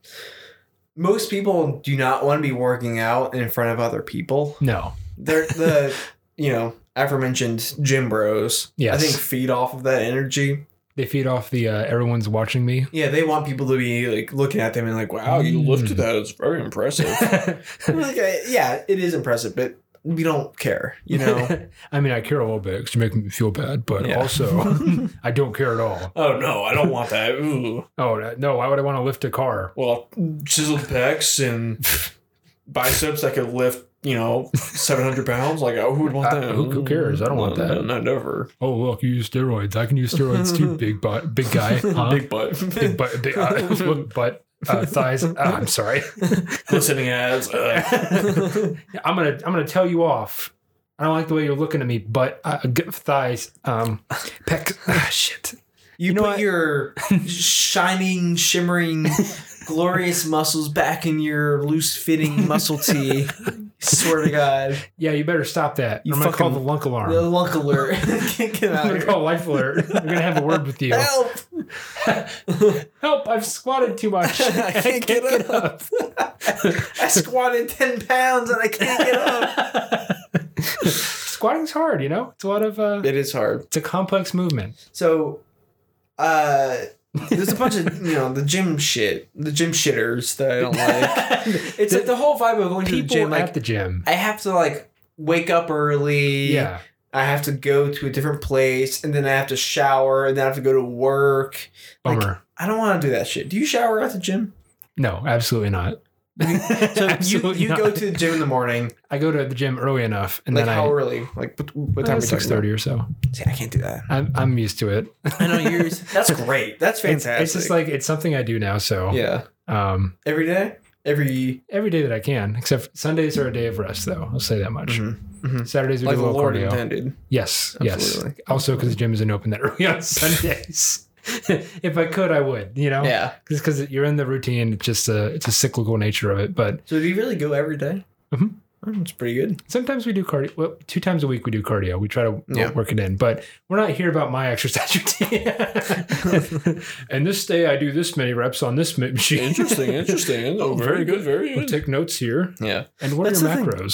[SPEAKER 3] most people do not want to be working out in front of other people
[SPEAKER 1] No,
[SPEAKER 3] they're
[SPEAKER 1] (laughs)
[SPEAKER 3] the you know aforementioned gym bros i
[SPEAKER 1] Yes.
[SPEAKER 3] think feed off of that energy
[SPEAKER 1] they feed off the uh, everyone's watching
[SPEAKER 3] (laughs)
[SPEAKER 1] me.
[SPEAKER 3] yeah they want people to be like looking at them and like wow you
[SPEAKER 1] Mm.
[SPEAKER 3] lifted that it's very
[SPEAKER 1] (laughs)
[SPEAKER 3] impressive (laughs) Like, uh, yeah it is impressive but we don't care
[SPEAKER 1] (laughs)
[SPEAKER 3] you know
[SPEAKER 1] I mean, I care a little bit because you make me feel bad, but (laughs)
[SPEAKER 3] Yeah.
[SPEAKER 1] also I don't care at all.
[SPEAKER 3] oh no i don't want that Ooh.
[SPEAKER 1] Oh no, why would I want to lift a car?
[SPEAKER 3] well, chiseled pecs and biceps that could lift, you know, 700 pounds. Like, oh, who would want
[SPEAKER 1] Uh,
[SPEAKER 3] that?
[SPEAKER 1] who- who cares? I don't want
[SPEAKER 3] No,
[SPEAKER 1] that.
[SPEAKER 3] no, Not ever.
[SPEAKER 1] Oh look, you use steroids. I can use steroids too, big butt, big
[SPEAKER 3] (laughs)
[SPEAKER 1] guy, (laughs) huh?
[SPEAKER 3] Big butt.
[SPEAKER 1] big
[SPEAKER 3] (laughs)
[SPEAKER 1] butt, big, uh, (laughs) look, butt, uh, thighs. Uh, I'm sorry.
[SPEAKER 3] Glistening abs. (laughs) uh.
[SPEAKER 1] (laughs) I'm gonna I'm gonna tell you off. I don't like the way you're looking at me, but uh, g- thighs, um, pec. (laughs) Ah, shit.
[SPEAKER 3] you,
[SPEAKER 1] know
[SPEAKER 3] put
[SPEAKER 1] what? (laughs)
[SPEAKER 3] your shining, shimmering, glorious muscles back in your loose fitting
[SPEAKER 1] (laughs)
[SPEAKER 3] muscle tee. Swear to God.
[SPEAKER 1] Yeah, you better stop that.
[SPEAKER 3] You
[SPEAKER 1] I'm gonna call the
[SPEAKER 3] fucking-
[SPEAKER 1] lunk alarm.
[SPEAKER 3] The lunk alert. (laughs)
[SPEAKER 1] (laughs)
[SPEAKER 3] Get
[SPEAKER 1] I'm
[SPEAKER 3] out
[SPEAKER 1] gonna
[SPEAKER 3] of here.
[SPEAKER 1] call life (laughs) alert. I'm gonna have a word with you.
[SPEAKER 3] Help!
[SPEAKER 1] Help! I've squatted too (laughs) much.
[SPEAKER 3] (laughs) I can't get up. (laughs) I squatted 10 pounds and I can't get up.
[SPEAKER 1] Squatting's hard, you know. It's a lot of. Uh,
[SPEAKER 3] (laughs) It is hard.
[SPEAKER 1] it's a complex movement.
[SPEAKER 3] So, uh, there's a bunch of you know the gym shit, the gym shitters that I don't like. (laughs) It's like the whole vibe of going to the
[SPEAKER 1] People
[SPEAKER 3] gym.
[SPEAKER 1] at
[SPEAKER 3] Like
[SPEAKER 1] the gym.
[SPEAKER 3] I have to like wake up early.
[SPEAKER 1] Yeah.
[SPEAKER 3] I have to go to a different place, and then I have to shower, and then I have to go to work. Like-
[SPEAKER 1] Bummer.
[SPEAKER 3] I don't want to do that shit. Do you shower at the (laughs) gym?
[SPEAKER 1] no, absolutely
[SPEAKER 3] (laughs)
[SPEAKER 1] not.
[SPEAKER 3] So you
[SPEAKER 1] Absolutely
[SPEAKER 3] you
[SPEAKER 1] not.
[SPEAKER 3] go to the gym in the morning.
[SPEAKER 1] I go to the gym early enough, and
[SPEAKER 3] Like
[SPEAKER 1] then
[SPEAKER 3] how
[SPEAKER 1] I.
[SPEAKER 3] early? Like what, what time?
[SPEAKER 1] six thirty or so.
[SPEAKER 3] See, I can't do that.
[SPEAKER 1] I'm I'm used to it.
[SPEAKER 3] I know yours. (laughs) That's great. That's
[SPEAKER 1] It's,
[SPEAKER 3] fantastic.
[SPEAKER 1] it's just like it's something I do now. So
[SPEAKER 3] yeah,
[SPEAKER 1] um,
[SPEAKER 3] every day, every
[SPEAKER 1] every day that I can, except Sundays are a day of rest, though. I'll say that much.
[SPEAKER 3] Mhm, mhm.
[SPEAKER 1] Saturdays we
[SPEAKER 3] like
[SPEAKER 1] do a
[SPEAKER 3] the
[SPEAKER 1] little
[SPEAKER 3] Lord
[SPEAKER 1] cardio.
[SPEAKER 3] intended.
[SPEAKER 1] Yes,
[SPEAKER 3] Absolutely.
[SPEAKER 1] yes. Also, because the gym isn't open that (laughs) early on Sundays. (laughs) if I could, I would. You know,
[SPEAKER 3] Yeah.
[SPEAKER 1] Just because you're in the routine, it's just a it's a cyclical nature of it. But
[SPEAKER 3] So do you really go every day?
[SPEAKER 1] Mhm.
[SPEAKER 3] Oh, that's pretty good.
[SPEAKER 1] sometimes we do cardio. Well, two times a week we do cardio. We try to
[SPEAKER 3] Yeah.
[SPEAKER 1] work it in, but we're not here about my (laughs) exercise
[SPEAKER 3] (laughs)
[SPEAKER 1] routine. and this day I do this many reps on this ma- machine.
[SPEAKER 3] (laughs) interesting.
[SPEAKER 1] Oh, (laughs) very good,
[SPEAKER 3] very
[SPEAKER 1] We'll take notes here.
[SPEAKER 3] Yeah.
[SPEAKER 1] And what
[SPEAKER 3] That's
[SPEAKER 1] are your
[SPEAKER 3] the thing.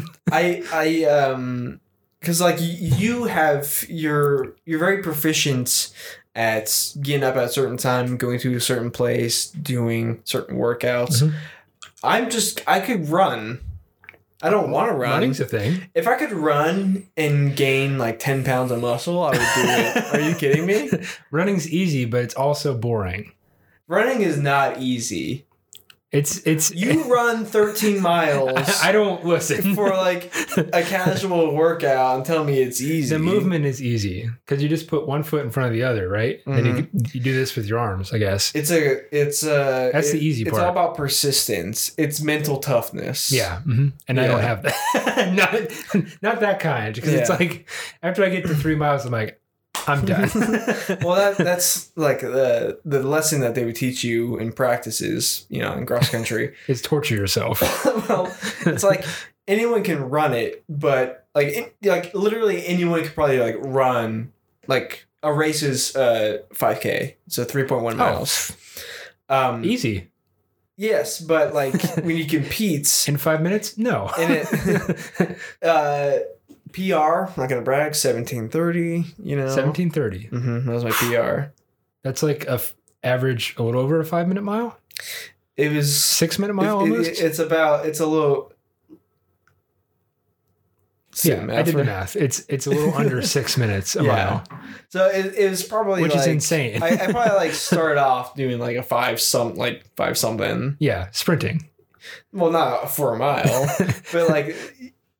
[SPEAKER 1] macros?
[SPEAKER 3] I I um because like y- you have you're you're very proficient at getting up at a certain time, going to a certain
[SPEAKER 1] Mm-hmm.
[SPEAKER 3] place, doing certain workouts.
[SPEAKER 1] Mhm.
[SPEAKER 3] I'm just I could run. I don't want to run.
[SPEAKER 1] Running's a thing.
[SPEAKER 3] If I could run and gain like 10 pounds of muscle, I would do it. Are you
[SPEAKER 1] (laughs)
[SPEAKER 3] kidding me?
[SPEAKER 1] Running's easy, but it's also boring.
[SPEAKER 3] Running is not easy.
[SPEAKER 1] It's it's
[SPEAKER 3] You run 13 miles
[SPEAKER 1] (laughs) I, I don't listen.
[SPEAKER 3] (laughs) for like a casual workout and tell me it's easy.
[SPEAKER 1] the movement is easy because you just put one foot in front of the other, right? And you,
[SPEAKER 3] Mm-hmm.
[SPEAKER 1] you do this with your arms, I guess.
[SPEAKER 3] It's a, it's a,
[SPEAKER 1] That's the
[SPEAKER 3] it-
[SPEAKER 1] easy
[SPEAKER 3] It's all
[SPEAKER 1] part.
[SPEAKER 3] about persistence. It's mental toughness.
[SPEAKER 1] Yeah, mhm. and I don't
[SPEAKER 3] Yeah. mm-hmm.
[SPEAKER 1] have that. (laughs) not not that kind because it's
[SPEAKER 3] Yeah.
[SPEAKER 1] like after I get to three miles, I'm like, I'm
[SPEAKER 3] (laughs)
[SPEAKER 1] done.
[SPEAKER 3] well, that that's like the the lesson that they would teach you in practices, you know, in cross
[SPEAKER 1] (laughs)
[SPEAKER 3] country.
[SPEAKER 1] it's torture yourself.
[SPEAKER 3] well, it's (laughs) like anyone can run it, but like in, like literally anyone could probably like run like a race is uh 5k, so 3.1 miles. Um
[SPEAKER 1] Oh. Easy
[SPEAKER 3] yes,
[SPEAKER 1] (laughs)
[SPEAKER 3] but like when you compete
[SPEAKER 1] in five minutes? No.
[SPEAKER 3] in it
[SPEAKER 1] (laughs)
[SPEAKER 3] uh PR, not going to brag, 1730, you know.
[SPEAKER 1] Seventeen thirty.
[SPEAKER 3] Mhm, that was my PR.
[SPEAKER 1] That's like a f- average, a little over a five minute mile,
[SPEAKER 3] It was
[SPEAKER 1] six minute
[SPEAKER 3] It-
[SPEAKER 1] mile
[SPEAKER 3] it-
[SPEAKER 1] almost.
[SPEAKER 3] it's about it's a little
[SPEAKER 1] yeah, I did the
[SPEAKER 3] right?
[SPEAKER 1] math. It's it's a little
[SPEAKER 3] (laughs)
[SPEAKER 1] under six minutes a
[SPEAKER 3] Yeah.
[SPEAKER 1] mile,
[SPEAKER 3] so it, it was probably
[SPEAKER 1] which is (laughs)
[SPEAKER 3] like-
[SPEAKER 1] insane.
[SPEAKER 3] I, I probably like started off doing like a five some like five something
[SPEAKER 1] yeah, sprinting.
[SPEAKER 3] well not for a mile
[SPEAKER 1] (laughs)
[SPEAKER 3] but like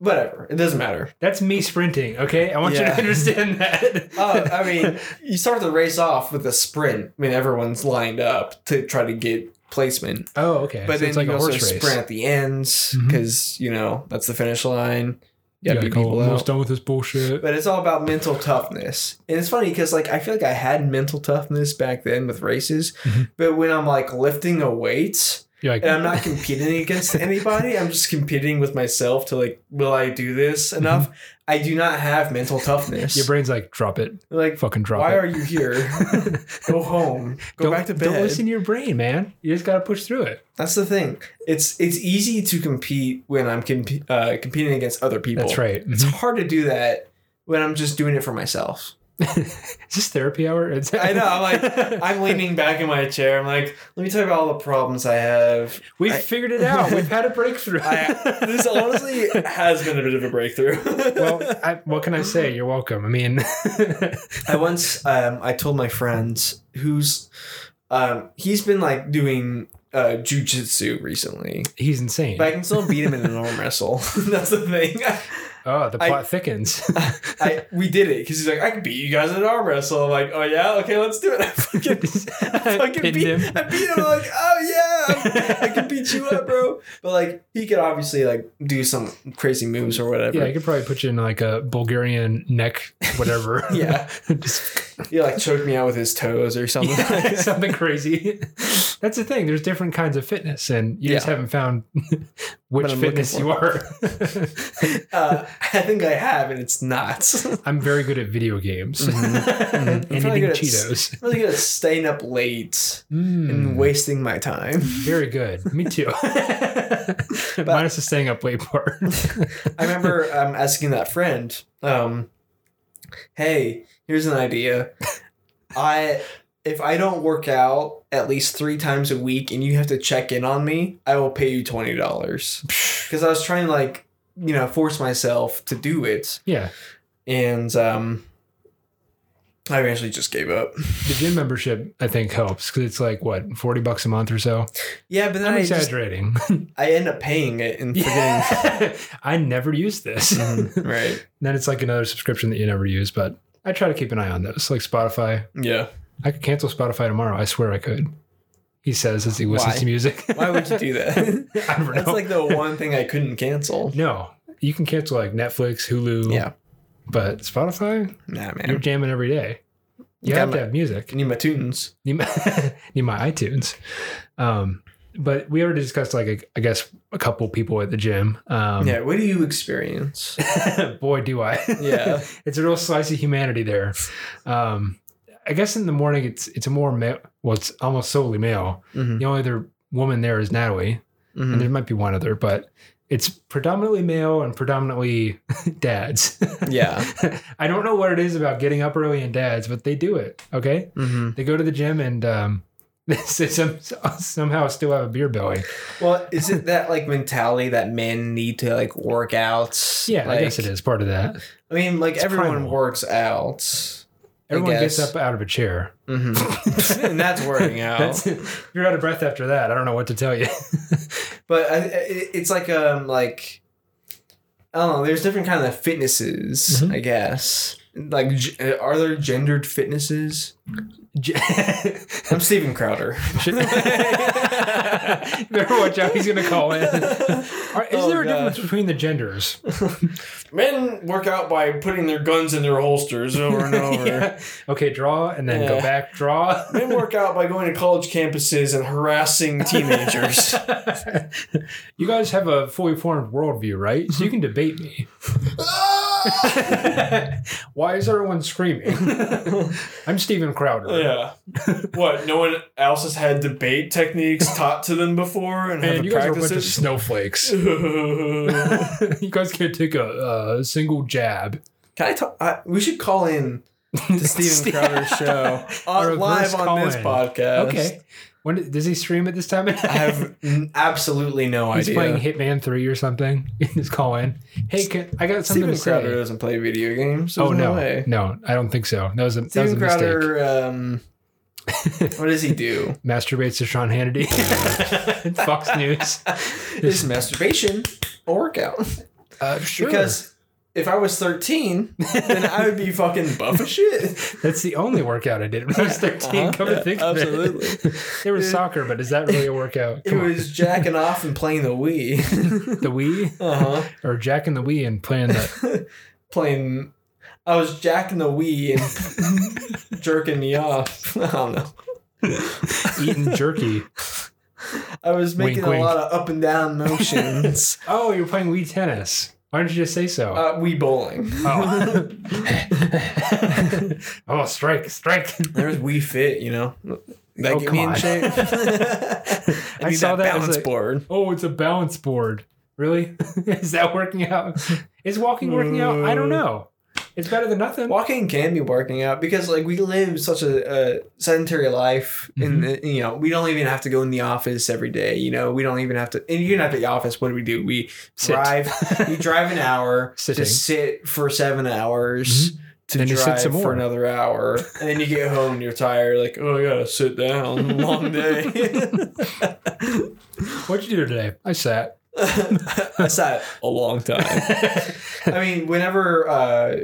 [SPEAKER 3] whatever it doesn't matter
[SPEAKER 1] That's me sprinting. Okay, I want you
[SPEAKER 3] Yeah.
[SPEAKER 1] to (laughs) understand that.
[SPEAKER 3] uh, I mean you start the race off with a sprint I mean everyone's lined up to try to get placement
[SPEAKER 1] (laughs) oh, okay.
[SPEAKER 3] but
[SPEAKER 1] so
[SPEAKER 3] then
[SPEAKER 1] it's like
[SPEAKER 3] you
[SPEAKER 1] a
[SPEAKER 3] also
[SPEAKER 1] horse race.
[SPEAKER 3] sprint at the ends
[SPEAKER 1] Mhm.
[SPEAKER 3] because you know that's the finish line you gotta
[SPEAKER 1] Yeah,
[SPEAKER 3] beat
[SPEAKER 1] like, oh,
[SPEAKER 3] people
[SPEAKER 1] I'm
[SPEAKER 3] out.
[SPEAKER 1] almost done with this bullshit.
[SPEAKER 3] But it's all about mental toughness. And it's funny because like I feel like I had mental toughness back then with races,
[SPEAKER 1] Mhm.
[SPEAKER 3] but when I'm like lifting a weight
[SPEAKER 1] You're like,
[SPEAKER 3] and I'm not
[SPEAKER 1] (laughs)
[SPEAKER 3] competing against anybody, I'm just competing with myself to like, will I do this enough? I do not have mental toughness.
[SPEAKER 1] Mm-hmm. Your brain's like, drop it,
[SPEAKER 3] like
[SPEAKER 1] fucking drop
[SPEAKER 3] why
[SPEAKER 1] it.
[SPEAKER 3] are you
[SPEAKER 1] (laughs)
[SPEAKER 3] here? go home. Go
[SPEAKER 1] don't,
[SPEAKER 3] back to
[SPEAKER 1] Don't
[SPEAKER 3] bed.
[SPEAKER 1] listen to your brain, man. You just gotta push through it.
[SPEAKER 3] That's the thing. It's it's easy to compete when I'm comp- uh, competing against other people.
[SPEAKER 1] That's right. Mm-hmm.
[SPEAKER 3] It's hard to do that when I'm just doing it for myself.
[SPEAKER 1] (laughs) Is this therapy hour? It's-
[SPEAKER 3] I know.
[SPEAKER 1] (laughs)
[SPEAKER 3] I'm like, I'm leaning back in my chair. I'm like, let me talk about all the problems I have.
[SPEAKER 1] We've
[SPEAKER 3] I-
[SPEAKER 1] figured it out. We've had a breakthrough.
[SPEAKER 3] I, this honestly has been a bit of a breakthrough.
[SPEAKER 1] (laughs) well, I, what can I say? You're welcome. I mean, (laughs)
[SPEAKER 3] I once, um, I told my friend who's, um, he's been like doing uh, jujitsu recently,
[SPEAKER 1] he's insane.
[SPEAKER 3] but I can still beat him in an arm wrestle. (laughs) That's the thing.
[SPEAKER 1] oh, the
[SPEAKER 3] I-
[SPEAKER 1] plot thickens.
[SPEAKER 3] I we did it because he's like, I can beat you guys in an arm wrestle. I'm like, oh yeah, okay, let's do it. (laughs) (laughs) I
[SPEAKER 1] (laughs)
[SPEAKER 3] fucking, I fucking
[SPEAKER 1] Pinned
[SPEAKER 3] (laughs) beat
[SPEAKER 1] him.
[SPEAKER 3] I beat him. I'm like, oh yeah, I can beat you up, bro. But like, he could obviously like do some crazy moves or whatever.
[SPEAKER 1] yeah, I could probably put you in like a Bulgarian neck, whatever.
[SPEAKER 3] (laughs) Yeah.
[SPEAKER 1] (laughs) Just
[SPEAKER 3] He like choked me out with his toes or
[SPEAKER 1] (laughs)
[SPEAKER 3] something. (laughs)
[SPEAKER 1] yeah, something crazy. (laughs) That's the thing. There's different kinds of fitness, and you just
[SPEAKER 3] Yeah.
[SPEAKER 1] haven't found (laughs) which
[SPEAKER 3] I'm looking
[SPEAKER 1] fitness
[SPEAKER 3] for
[SPEAKER 1] you are. (laughs)
[SPEAKER 3] uh, I think I have, and it's not. (laughs)
[SPEAKER 1] I'm very good at video games Mm-hmm. and
[SPEAKER 3] I'm really
[SPEAKER 1] eating
[SPEAKER 3] good at-
[SPEAKER 1] Cheetos.
[SPEAKER 3] really good at staying up late and
[SPEAKER 1] Mm,
[SPEAKER 3] wasting my
[SPEAKER 1] (laughs)
[SPEAKER 3] time.
[SPEAKER 1] very good. Me
[SPEAKER 3] (laughs)
[SPEAKER 1] too. Minus the staying up late part. (laughs)
[SPEAKER 3] I remember um, asking that friend, um, "Hey, here's an idea. I if I don't work out at least three times a week, and you have to check in on me, I will pay you twenty
[SPEAKER 1] (laughs)
[SPEAKER 3] dollars." Because I was trying to like you know force myself to do it,
[SPEAKER 1] yeah,
[SPEAKER 3] and um, I eventually just gave up.
[SPEAKER 1] the gym membership I think helps because it's like what forty bucks a month or so.
[SPEAKER 3] Yeah, but then
[SPEAKER 1] I'm
[SPEAKER 3] I just,
[SPEAKER 1] exaggerating. (laughs)
[SPEAKER 3] I end up paying it and forgetting. (laughs)
[SPEAKER 1] I never use this. Mm-hmm.
[SPEAKER 3] Mhm, right.
[SPEAKER 1] (laughs) then it's like another subscription that you never use, but I try to keep an eye on those, like Spotify.
[SPEAKER 3] Yeah.
[SPEAKER 1] I could cancel Spotify tomorrow. I swear I could. He says as he listens
[SPEAKER 3] Why?
[SPEAKER 1] to music.
[SPEAKER 3] (laughs) Why would you do that?
[SPEAKER 1] (laughs) I don't know.
[SPEAKER 3] (laughs) That's like the one thing I couldn't cancel.
[SPEAKER 1] no, you can cancel like Netflix, Hulu.
[SPEAKER 3] Yeah.
[SPEAKER 1] But Spotify,
[SPEAKER 3] Nah,
[SPEAKER 1] you're
[SPEAKER 3] man.
[SPEAKER 1] jamming every day. You
[SPEAKER 3] Got
[SPEAKER 1] have
[SPEAKER 3] my-
[SPEAKER 1] to have music.
[SPEAKER 3] I need my tunes.
[SPEAKER 1] Need my, (laughs) need my iTunes. Um, but we already discussed like a, I guess a couple people at the gym. Um,
[SPEAKER 3] yeah, what do you experience?
[SPEAKER 1] (laughs) boy, do I.
[SPEAKER 3] (laughs) Yeah.
[SPEAKER 1] (laughs) it's a real slice of humanity there. Um, I guess in the morning it's it's a more male. Well, it's almost solely male.
[SPEAKER 3] Mhm.
[SPEAKER 1] The only other woman there is Natalie,
[SPEAKER 3] Mm-hmm.
[SPEAKER 1] and there might be one other, but it's predominantly male and predominantly (laughs) dads.
[SPEAKER 3] Yeah.
[SPEAKER 1] (laughs) I don't know what it is about getting up early and dads, but they do it. Okay,
[SPEAKER 3] Mm-hmm.
[SPEAKER 1] they go to the gym and um, (laughs) some, somehow still have a beer belly.
[SPEAKER 3] Well, is it that like mentality that men need to like work out?
[SPEAKER 1] Yeah,
[SPEAKER 3] like,
[SPEAKER 1] I guess it is part of that.
[SPEAKER 3] I mean, like
[SPEAKER 1] It's
[SPEAKER 3] everyone
[SPEAKER 1] primal.
[SPEAKER 3] works out.
[SPEAKER 1] Everyone gets
[SPEAKER 3] guess.
[SPEAKER 1] up out of a chair. (laughs)
[SPEAKER 3] Mhm. (laughs) and that's working out.
[SPEAKER 1] That's it. If You're out of breath after that. I don't know what to tell you. (laughs)
[SPEAKER 3] but I, I- it's like um like I don't know. There's different kind of fitnesses,
[SPEAKER 1] Mhm.
[SPEAKER 3] I guess. Like, g- uh, are there gendered fitnesses? (laughs)
[SPEAKER 1] (laughs)
[SPEAKER 3] I'm Steven Crowder.
[SPEAKER 1] Better watch out. He's gonna call in.
[SPEAKER 3] (laughs)
[SPEAKER 1] Are- Is
[SPEAKER 3] Oh,
[SPEAKER 1] there a difference
[SPEAKER 3] gosh.
[SPEAKER 1] between the genders?
[SPEAKER 3] (laughs) Men work out by putting their guns in their holsters over (laughs) and over.
[SPEAKER 1] Yeah. Okay, draw and then go
[SPEAKER 3] Yeah.
[SPEAKER 1] back. Draw. (laughs)
[SPEAKER 3] Men work out by going to college campuses and harassing (laughs) teenagers.
[SPEAKER 1] you guys have a fully formed worldview, right? So you can debate me. Why is everyone screaming? I'm Steven Crowder.
[SPEAKER 3] yeah. What? No one else has had debate techniques taught to them before and
[SPEAKER 1] Man,
[SPEAKER 3] had
[SPEAKER 1] you
[SPEAKER 3] to
[SPEAKER 1] guys are a
[SPEAKER 3] practice
[SPEAKER 1] bunch of
[SPEAKER 3] it.
[SPEAKER 1] snowflakes.
[SPEAKER 3] (laughs) Can
[SPEAKER 1] you guys can't take a, a single jab.
[SPEAKER 3] I talk? I, we should call (laughs) in the Steven Crowder show
[SPEAKER 1] A
[SPEAKER 3] (laughs) uh,
[SPEAKER 1] reverse
[SPEAKER 3] live on
[SPEAKER 1] call
[SPEAKER 3] this
[SPEAKER 1] in.
[SPEAKER 3] podcast.
[SPEAKER 1] Okay. When does he stream at this time? of
[SPEAKER 3] I
[SPEAKER 1] (laughs)
[SPEAKER 3] have n- absolutely no
[SPEAKER 1] He's
[SPEAKER 3] idea.
[SPEAKER 1] playing Hitman Three or something. (laughs) Just call in. Hey, can, I got something
[SPEAKER 3] Steven
[SPEAKER 1] to
[SPEAKER 3] Crowder
[SPEAKER 1] say.
[SPEAKER 3] doesn't play video games.
[SPEAKER 1] Oh
[SPEAKER 3] There's
[SPEAKER 1] no,
[SPEAKER 3] way.
[SPEAKER 1] no, I don't think so. That was a that was a
[SPEAKER 3] Steven
[SPEAKER 1] mistake.
[SPEAKER 3] Crowder.
[SPEAKER 1] (laughs)
[SPEAKER 3] Um, what does he do?
[SPEAKER 1] Masturbates to Sean Hannity.
[SPEAKER 3] (laughs)
[SPEAKER 1] Fox News.
[SPEAKER 3] Is masturbation a workout?
[SPEAKER 1] Uh, sure.
[SPEAKER 3] Because if I was 13, then I would be fucking buff as
[SPEAKER 1] (laughs)
[SPEAKER 3] shit.
[SPEAKER 1] That's the only workout I did when I was 13.
[SPEAKER 3] Uh-huh.
[SPEAKER 1] Come to think of (laughs)
[SPEAKER 3] Absolutely.
[SPEAKER 1] it. there was soccer, but is that really a workout?
[SPEAKER 3] It
[SPEAKER 1] Come on.
[SPEAKER 3] was jacking off and playing
[SPEAKER 1] (laughs)
[SPEAKER 3] the Wii.
[SPEAKER 1] the Wii
[SPEAKER 3] uh huh.
[SPEAKER 1] or Jack and the Wii and playing (laughs) the.
[SPEAKER 3] Playing. I was jacking the Wii
[SPEAKER 1] (laughs)
[SPEAKER 3] and jerking me off. (laughs) I don't know.
[SPEAKER 1] eating jerky.
[SPEAKER 3] I was making
[SPEAKER 1] Wink, wink.
[SPEAKER 3] a lot of up and
[SPEAKER 1] (laughs)
[SPEAKER 3] down motions.
[SPEAKER 1] Oh, you're playing Wii tennis. Why didn't you just say so?
[SPEAKER 3] uh, Wii bowling.
[SPEAKER 1] oh. (laughs) oh, strike, strike.
[SPEAKER 3] There's Wii Fit, you know. That
[SPEAKER 1] Oh,
[SPEAKER 3] get
[SPEAKER 1] come
[SPEAKER 3] me
[SPEAKER 1] on. (laughs)
[SPEAKER 3] in shape. (laughs) I,
[SPEAKER 1] I
[SPEAKER 3] need
[SPEAKER 1] saw
[SPEAKER 3] that
[SPEAKER 1] that as
[SPEAKER 3] balance
[SPEAKER 1] a-
[SPEAKER 3] board.
[SPEAKER 1] Oh, it's a balance board. Really? (laughs) is that working out? Is walking working out? I don't know. It's better than nothing.
[SPEAKER 3] Walking can be working out because like we live such a, a sedentary life,
[SPEAKER 1] Mm-hmm.
[SPEAKER 3] and you know we don't even have to go in the office every day. You know we don't even have to, and even at the office, what do we do? We
[SPEAKER 1] Sit.
[SPEAKER 3] drive. we drive an hour
[SPEAKER 1] (laughs) Sitting. Mm-hmm.
[SPEAKER 3] to sit for seven hours. To
[SPEAKER 1] Then you
[SPEAKER 3] drive
[SPEAKER 1] sit some more.
[SPEAKER 3] for another hour, and then you get home and you're tired. Like, oh, I gotta
[SPEAKER 1] (laughs)
[SPEAKER 3] sit down. Long day.
[SPEAKER 1] (laughs)
[SPEAKER 3] (laughs)
[SPEAKER 1] What'd you do today? I (laughs) sat.
[SPEAKER 3] I sat a long time.
[SPEAKER 1] (laughs)
[SPEAKER 3] I mean, whenever uh,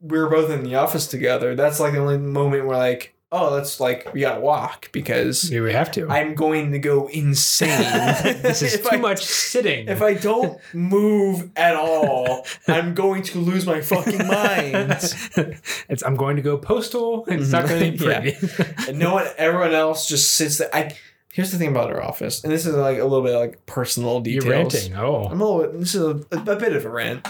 [SPEAKER 3] we were both in the office together, that's like the only moment where like, oh, that's like we gotta walk because
[SPEAKER 1] Yeah, we have to.
[SPEAKER 3] I'm going to go insane.
[SPEAKER 1] (laughs)
[SPEAKER 3] (laughs)
[SPEAKER 1] this is
[SPEAKER 3] If
[SPEAKER 1] too
[SPEAKER 3] I-
[SPEAKER 1] much sitting.
[SPEAKER 3] If I don't move at all, I'm going to lose my fucking mind.
[SPEAKER 1] (laughs) it's I'm going to go postal and it's not going to
[SPEAKER 3] Mhm.
[SPEAKER 1] be
[SPEAKER 3] (laughs) Yeah.
[SPEAKER 1] pretty. (laughs)
[SPEAKER 3] And no one, everyone else just sits there. I here's the thing about our office, and this is like a little bit like personal
[SPEAKER 1] You're
[SPEAKER 3] details.
[SPEAKER 1] ranting. Oh,
[SPEAKER 3] I'm a little. This is a, a bit of a rant.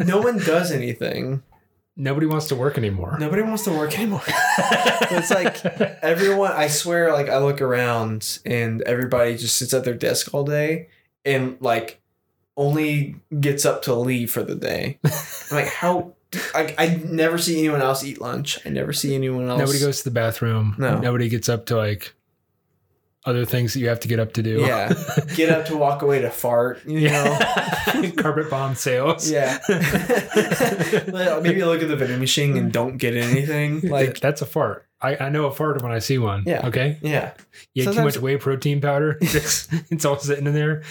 [SPEAKER 3] no one does anything.
[SPEAKER 1] (laughs) nobody wants to work anymore.
[SPEAKER 3] Nobody wants to work
[SPEAKER 1] (laughs)
[SPEAKER 3] anymore. (laughs) it's like everyone. I swear, like I look around and everybody just sits at their desk all day and like only gets up to leave for the day. I'm like, how? I, I never see anyone else eat lunch. I never see anyone else.
[SPEAKER 1] Nobody goes to the bathroom.
[SPEAKER 3] No.
[SPEAKER 1] Nobody gets up to like other things that you have to get up to do. (laughs)
[SPEAKER 3] Yeah, get up to walk away to fart. You know.
[SPEAKER 1] Yeah. (laughs) Carpet bomb (laughs) sales.
[SPEAKER 3] Yeah. Well, Maybe look at the vending machine and don't get
[SPEAKER 1] (laughs)
[SPEAKER 3] anything. Like,
[SPEAKER 1] that's a fart. I, I know a fart when I see one.
[SPEAKER 3] Yeah.
[SPEAKER 1] Okay.
[SPEAKER 3] yeah.
[SPEAKER 1] You ate too
[SPEAKER 3] Sometimes-
[SPEAKER 1] much whey protein powder. (laughs) it's all sitting in there.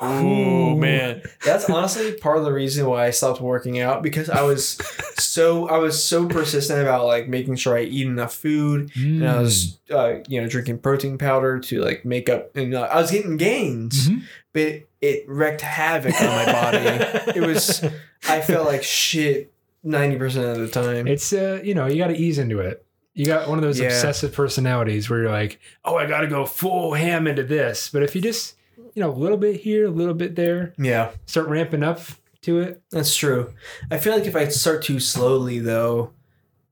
[SPEAKER 2] Oh man,
[SPEAKER 3] That's honestly part of the reason why I stopped working out because I was so I was so persistent about like making sure I eat enough food
[SPEAKER 1] Mm.
[SPEAKER 3] and I was uh, you know drinking protein powder to like make up and uh, I was getting gains
[SPEAKER 1] Mhm.
[SPEAKER 3] but it wrecked havoc on
[SPEAKER 1] (laughs)
[SPEAKER 3] my body. it was I felt like shit ninety percent of the time.
[SPEAKER 1] It's uh, you know, you got to ease into it. You got one of those
[SPEAKER 3] Yeah.
[SPEAKER 1] obsessive personalities where you're like, oh, I got to go full ham into this. But if you just, you know, a little bit here, a little bit there,
[SPEAKER 3] yeah,
[SPEAKER 1] start ramping up to it,
[SPEAKER 3] that's true. I feel like if I start too slowly though,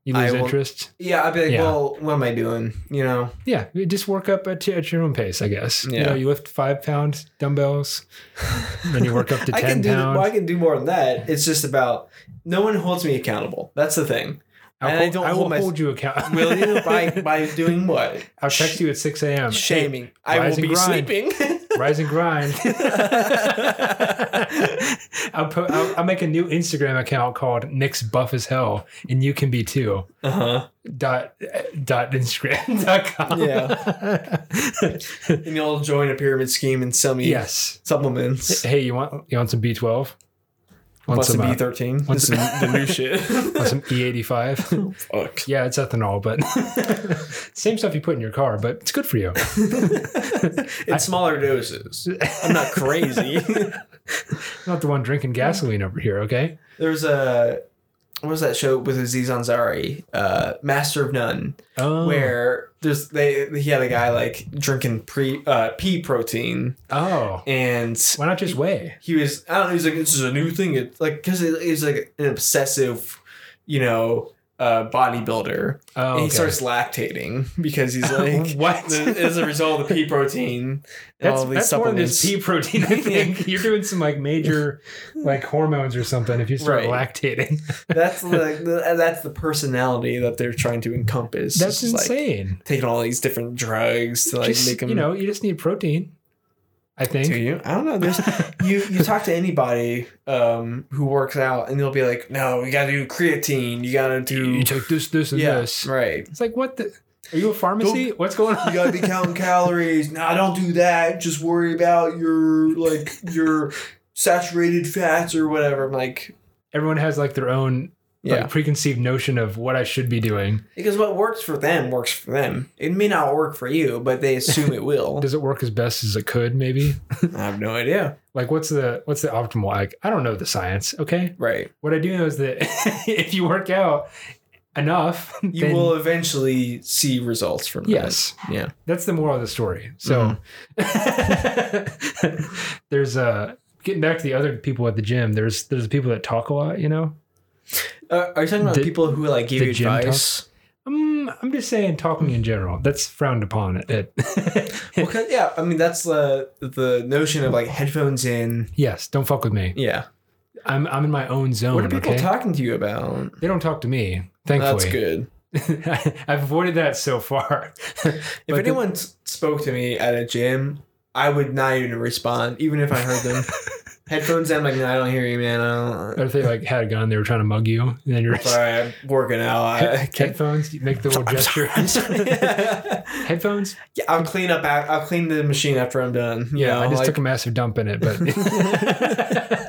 [SPEAKER 1] you
[SPEAKER 3] I
[SPEAKER 1] lose
[SPEAKER 3] will-
[SPEAKER 1] interest.
[SPEAKER 3] yeah, I'd be like,
[SPEAKER 1] Yeah.
[SPEAKER 3] well, what am I doing? You know,
[SPEAKER 1] Yeah, you just work up at, your- at your own pace, I guess. You
[SPEAKER 3] Yeah.
[SPEAKER 1] know, you lift five pound
[SPEAKER 3] (laughs)
[SPEAKER 1] dumbbells, then you work up to
[SPEAKER 3] I
[SPEAKER 1] ten
[SPEAKER 3] can do. Well, I
[SPEAKER 1] pounds.
[SPEAKER 3] can do more than that. It's just about no one holds me accountable. That's the thing.
[SPEAKER 1] I'll
[SPEAKER 3] And I
[SPEAKER 1] hold,
[SPEAKER 3] don't
[SPEAKER 1] I will
[SPEAKER 3] hold my-
[SPEAKER 1] hold you accountable.
[SPEAKER 3] Will
[SPEAKER 1] (laughs)
[SPEAKER 3] you by by doing what?
[SPEAKER 1] I'll text you at 6 a.m.
[SPEAKER 3] Shaming. I will
[SPEAKER 1] rise
[SPEAKER 3] be
[SPEAKER 1] and grind.
[SPEAKER 3] sleeping. (laughs)
[SPEAKER 1] Rise and grind. I'll, po- I'll, I'll make a new Instagram account called Nick's Buff as Hell, and you can be too.
[SPEAKER 3] Uh huh.
[SPEAKER 1] Dot dot Instagram (laughs) dot com. Yeah.
[SPEAKER 3] And you'll join a pyramid scheme and sell me
[SPEAKER 1] (laughs) yes.
[SPEAKER 3] supplements.
[SPEAKER 1] Hey, you want you want some B twelve? Want
[SPEAKER 3] Plus
[SPEAKER 1] some
[SPEAKER 3] some
[SPEAKER 1] uh,
[SPEAKER 3] B thirteen.
[SPEAKER 1] what's
[SPEAKER 3] the new shit.
[SPEAKER 1] (laughs) want some E eighty five?
[SPEAKER 3] (laughs) Fuck.
[SPEAKER 1] Yeah, it's ethanol, but (laughs) same stuff you put in your car, but it's good for you.
[SPEAKER 3] In smaller doses. I'm not crazy.
[SPEAKER 1] (laughs) Not the one drinking gasoline over here, okay?
[SPEAKER 3] there was a what was that show with Aziz Ansari, uh, Master of None,
[SPEAKER 1] Oh,
[SPEAKER 3] where there's they he had a guy like drinking pre uh, pea protein
[SPEAKER 1] oh,
[SPEAKER 3] and
[SPEAKER 1] why not just whey?
[SPEAKER 3] he was I don't know he's like this is a new thing it's like because it, he's like an obsessive you know uh, bodybuilder
[SPEAKER 1] Oh,
[SPEAKER 3] and he
[SPEAKER 1] okay.
[SPEAKER 3] starts lactating (laughs) because
[SPEAKER 1] (laughs)
[SPEAKER 3] he's like
[SPEAKER 1] What?
[SPEAKER 3] as a result of the pea protein and
[SPEAKER 1] That's,
[SPEAKER 3] all these
[SPEAKER 1] that's more than
[SPEAKER 3] supplements
[SPEAKER 1] just pea protein. (laughs) I think you're doing some like (laughs) major, like hormones or something. If you start
[SPEAKER 3] Right.
[SPEAKER 1] lactating, (laughs)
[SPEAKER 3] that's like the, that's the personality that they're trying to encompass.
[SPEAKER 1] that's
[SPEAKER 3] It's just, Like,
[SPEAKER 1] insane.
[SPEAKER 3] taking all these different drugs to like
[SPEAKER 1] Just,
[SPEAKER 3] make them.
[SPEAKER 1] you know, you just need protein. I think.
[SPEAKER 3] do you? I don't know.
[SPEAKER 1] (laughs)
[SPEAKER 3] There's you. You talk to anybody um, who works out, and they'll be like, "No, you got to do creatine. You got to do
[SPEAKER 1] You took this, this, and
[SPEAKER 3] yeah,
[SPEAKER 1] this.
[SPEAKER 3] right.
[SPEAKER 1] It's like what the? Are you a pharmacy? What's going (laughs) on?
[SPEAKER 3] You got to be counting calories. No, don't do that. Just worry about your like your saturated fats or whatever." I'm like,
[SPEAKER 1] Everyone has like their own
[SPEAKER 3] yeah,
[SPEAKER 1] like preconceived notion of what I should be doing.
[SPEAKER 3] because what works for them works for them. It may not work for you, but they assume it will.
[SPEAKER 1] Does it work as best as it could? Maybe.
[SPEAKER 3] (laughs) I have no idea.
[SPEAKER 1] Like what's the what's the optimal? Like I don't know the science. Okay.
[SPEAKER 3] Right.
[SPEAKER 1] What I do know is that (laughs) if you work out enough,
[SPEAKER 3] you
[SPEAKER 1] then-
[SPEAKER 3] will eventually see results from
[SPEAKER 1] Yes.
[SPEAKER 3] that. Yeah.
[SPEAKER 1] that's the moral of the story. So
[SPEAKER 3] Mm-hmm.
[SPEAKER 1] (laughs) there's uh getting back to the other people at the gym. There's there's the people that talk a lot. You know,
[SPEAKER 3] Uh, are you talking about
[SPEAKER 1] The-
[SPEAKER 3] people who like give
[SPEAKER 1] the
[SPEAKER 3] you
[SPEAKER 1] gym
[SPEAKER 3] advice?
[SPEAKER 1] um, I'm just saying talking in general. That's frowned upon. At,
[SPEAKER 3] (laughs)
[SPEAKER 1] (laughs)
[SPEAKER 3] Well, 'cause- yeah, I mean that's the the notion of like headphones in.
[SPEAKER 1] yes, don't fuck with me.
[SPEAKER 3] Yeah.
[SPEAKER 1] I'm I'm in my own zone.
[SPEAKER 3] What are people
[SPEAKER 1] Oh, okay?
[SPEAKER 3] talking to you about?
[SPEAKER 1] they don't talk to me. Thankfully,
[SPEAKER 3] That's good.
[SPEAKER 1] (laughs) I've avoided that so far. (laughs)
[SPEAKER 3] If
[SPEAKER 1] the-
[SPEAKER 3] anyone s- spoke to me at a gym, I would not even respond, even if I heard them.
[SPEAKER 1] (laughs)
[SPEAKER 3] headphones in, I'm like, no, I don't hear you, man. I
[SPEAKER 1] Or
[SPEAKER 3] don't.
[SPEAKER 1] if they like had a gun, they were trying to mug you, and then you're
[SPEAKER 3] Sorry, I'm working out. I
[SPEAKER 1] (laughs)
[SPEAKER 3] can't.
[SPEAKER 1] headphones. You make the little
[SPEAKER 3] I'm
[SPEAKER 1] gesture.
[SPEAKER 3] sorry. (laughs)
[SPEAKER 1] (laughs)
[SPEAKER 3] I'm sorry.
[SPEAKER 1] Headphones.
[SPEAKER 3] yeah, I'll clean up. a- I'll clean the machine after I'm done. You
[SPEAKER 1] Yeah,
[SPEAKER 3] know,
[SPEAKER 1] I just
[SPEAKER 3] like-
[SPEAKER 1] took a massive dump in it,
[SPEAKER 3] (laughs)
[SPEAKER 1] but. (laughs)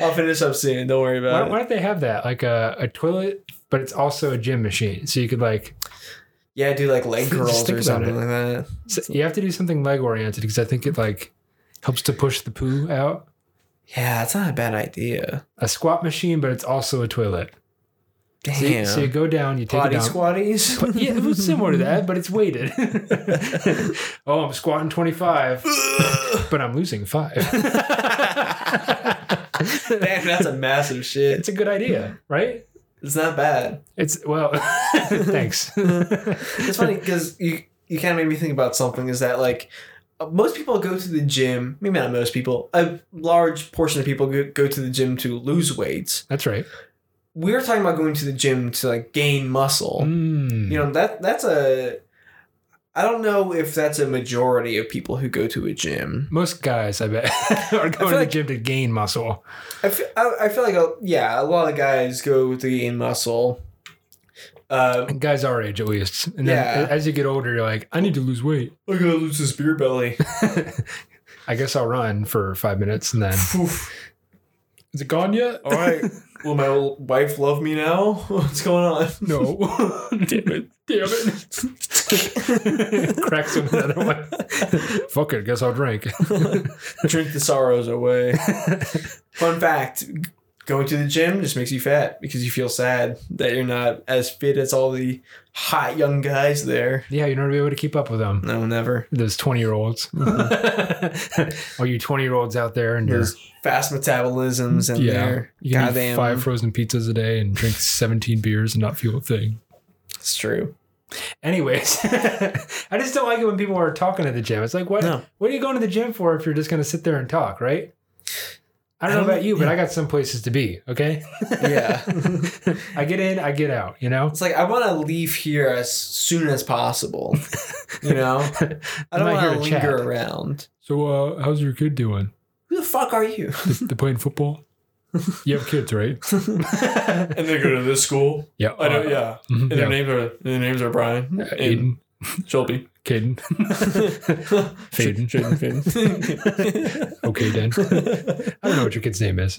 [SPEAKER 3] I'll finish up soon. Don't worry
[SPEAKER 1] Why,
[SPEAKER 3] about
[SPEAKER 1] why
[SPEAKER 3] it.
[SPEAKER 1] don't they have that? Like a, a toilet, but it's also a gym machine. So you could like,
[SPEAKER 3] Yeah, do like leg
[SPEAKER 1] (laughs) Just
[SPEAKER 3] curls
[SPEAKER 1] think
[SPEAKER 3] or
[SPEAKER 1] about
[SPEAKER 3] something
[SPEAKER 1] it.
[SPEAKER 3] like that.
[SPEAKER 1] so you have to do something leg oriented because I think it like helps to push the poo out.
[SPEAKER 3] Yeah, it's not a bad idea.
[SPEAKER 1] A squat machine, but it's also a toilet.
[SPEAKER 3] Damn.
[SPEAKER 1] So, you, so you go down, you take
[SPEAKER 3] Body
[SPEAKER 1] it down.
[SPEAKER 3] squatties.
[SPEAKER 1] But yeah, it was similar to that, but it's weighted. oh, I'm squatting 25, but I'm losing five.
[SPEAKER 3] (laughs)
[SPEAKER 1] (laughs)
[SPEAKER 3] Damn, that's a massive shit.
[SPEAKER 1] it's a good idea, right?
[SPEAKER 3] It's not bad.
[SPEAKER 1] It's well, (laughs) thanks.
[SPEAKER 3] It's
[SPEAKER 1] (laughs)
[SPEAKER 3] funny because you you kind of made me think about something. Is that like uh, most people go to the gym? Maybe not most people. A large portion of people go, go to the gym to lose weight.
[SPEAKER 1] That's right.
[SPEAKER 3] We're talking about going to the gym to like gain muscle.
[SPEAKER 1] Mm.
[SPEAKER 3] you know that that's a i don't know if that's a majority of people who go to a gym
[SPEAKER 1] Most guys, I bet, (laughs) are going to the
[SPEAKER 3] like-
[SPEAKER 1] gym to gain muscle.
[SPEAKER 3] i feel, I, I feel like a, yeah a lot of guys go to gain muscle uh,
[SPEAKER 1] Guys our age, at least. And then
[SPEAKER 3] Yeah.
[SPEAKER 1] as you get older, you're like, I need to lose weight.
[SPEAKER 3] i'm gonna lose this beer belly
[SPEAKER 1] I guess I'll run for five minutes
[SPEAKER 3] (laughs)
[SPEAKER 1] and then.
[SPEAKER 3] Oof.
[SPEAKER 1] Is it gone yet?
[SPEAKER 3] all
[SPEAKER 1] (laughs)
[SPEAKER 3] right will my wife love me now (laughs) what's going on
[SPEAKER 1] (laughs) No. Damn it. (laughs) Damn it. Cracks him another one. (laughs) Fuck it. Guess I'll drink. (laughs)
[SPEAKER 3] drink the sorrows away fun fact going to the gym just makes you fat because you feel sad that you're not as fit as all the hot young guys there
[SPEAKER 1] yeah, you're not going to be able to keep up with them.
[SPEAKER 3] no
[SPEAKER 1] (laughs)
[SPEAKER 3] never
[SPEAKER 1] Those 20 year
[SPEAKER 3] (laughs)
[SPEAKER 1] olds. (laughs) All you 20 year olds out there and you're.
[SPEAKER 3] There's fast metabolisms and
[SPEAKER 1] Yeah,
[SPEAKER 3] there.
[SPEAKER 1] you can eat
[SPEAKER 3] Goddamn,
[SPEAKER 1] five frozen pizzas a day and drink 17 beers and not feel a thing.
[SPEAKER 3] it's true.
[SPEAKER 1] Anyways, (laughs) I just don't like it when people are talking at the gym. It's like, what?
[SPEAKER 3] No.
[SPEAKER 1] What are you going to the gym for if you're just going to sit there and talk, right? I don't know
[SPEAKER 3] I don't-
[SPEAKER 1] about you, but I got some places to be.
[SPEAKER 3] (laughs)
[SPEAKER 1] Okay. (laughs)
[SPEAKER 3] Yeah.
[SPEAKER 1] I get in, I get out. You know.
[SPEAKER 3] It's like I want to leave here as soon as possible.
[SPEAKER 1] (laughs)
[SPEAKER 3] You know, I don't
[SPEAKER 1] not here
[SPEAKER 3] want to
[SPEAKER 1] to
[SPEAKER 3] linger
[SPEAKER 1] chat.
[SPEAKER 3] around.
[SPEAKER 1] So, uh, how's your kid doing?
[SPEAKER 3] Who the fuck
[SPEAKER 1] (laughs)
[SPEAKER 3] are you?
[SPEAKER 1] They're playing football. You have kids, right?
[SPEAKER 3] and they go to this school.
[SPEAKER 1] Yeah. uh,
[SPEAKER 3] yeah.
[SPEAKER 1] mhm, yeah.
[SPEAKER 3] names are their names are Brian
[SPEAKER 1] Uh, Aiden, (laughs)
[SPEAKER 3] Shelby.
[SPEAKER 1] Caden, Faden.
[SPEAKER 3] Jaden.
[SPEAKER 1] Okay, then.
[SPEAKER 3] (laughs)
[SPEAKER 1] I don't know what your kid's name is.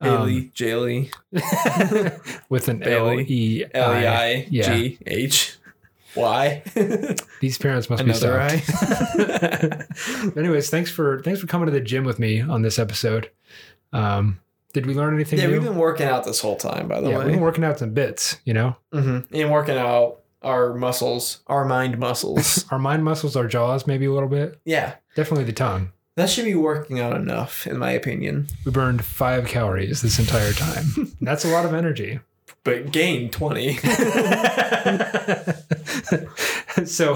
[SPEAKER 3] Haley, Jaley,
[SPEAKER 1] Um, (laughs) with an L
[SPEAKER 3] Bailey.
[SPEAKER 1] E
[SPEAKER 3] L E
[SPEAKER 1] I.
[SPEAKER 3] I
[SPEAKER 1] yeah.
[SPEAKER 3] G H Y.
[SPEAKER 1] These parents must be
[SPEAKER 3] Another
[SPEAKER 1] so. (laughs)
[SPEAKER 3] I.
[SPEAKER 1] Anyways, thanks for thanks for coming to the gym with me on this episode. Um, did we learn anything
[SPEAKER 3] Yeah,
[SPEAKER 1] new?
[SPEAKER 3] we've been working out this whole time, by the
[SPEAKER 1] yeah,
[SPEAKER 3] way.
[SPEAKER 1] we've been working out some bits. You know,
[SPEAKER 3] mm-hmm. And working out our muscles, our mind muscles.
[SPEAKER 1] our mind muscles, our jaws, maybe a little bit.
[SPEAKER 3] (laughs) yeah.
[SPEAKER 1] Definitely the tongue.
[SPEAKER 3] That should be working out enough, in my opinion.
[SPEAKER 1] We burned five calories this entire
[SPEAKER 3] (laughs)
[SPEAKER 1] time. That's a lot of energy. (laughs)
[SPEAKER 3] But gain 20.
[SPEAKER 1] so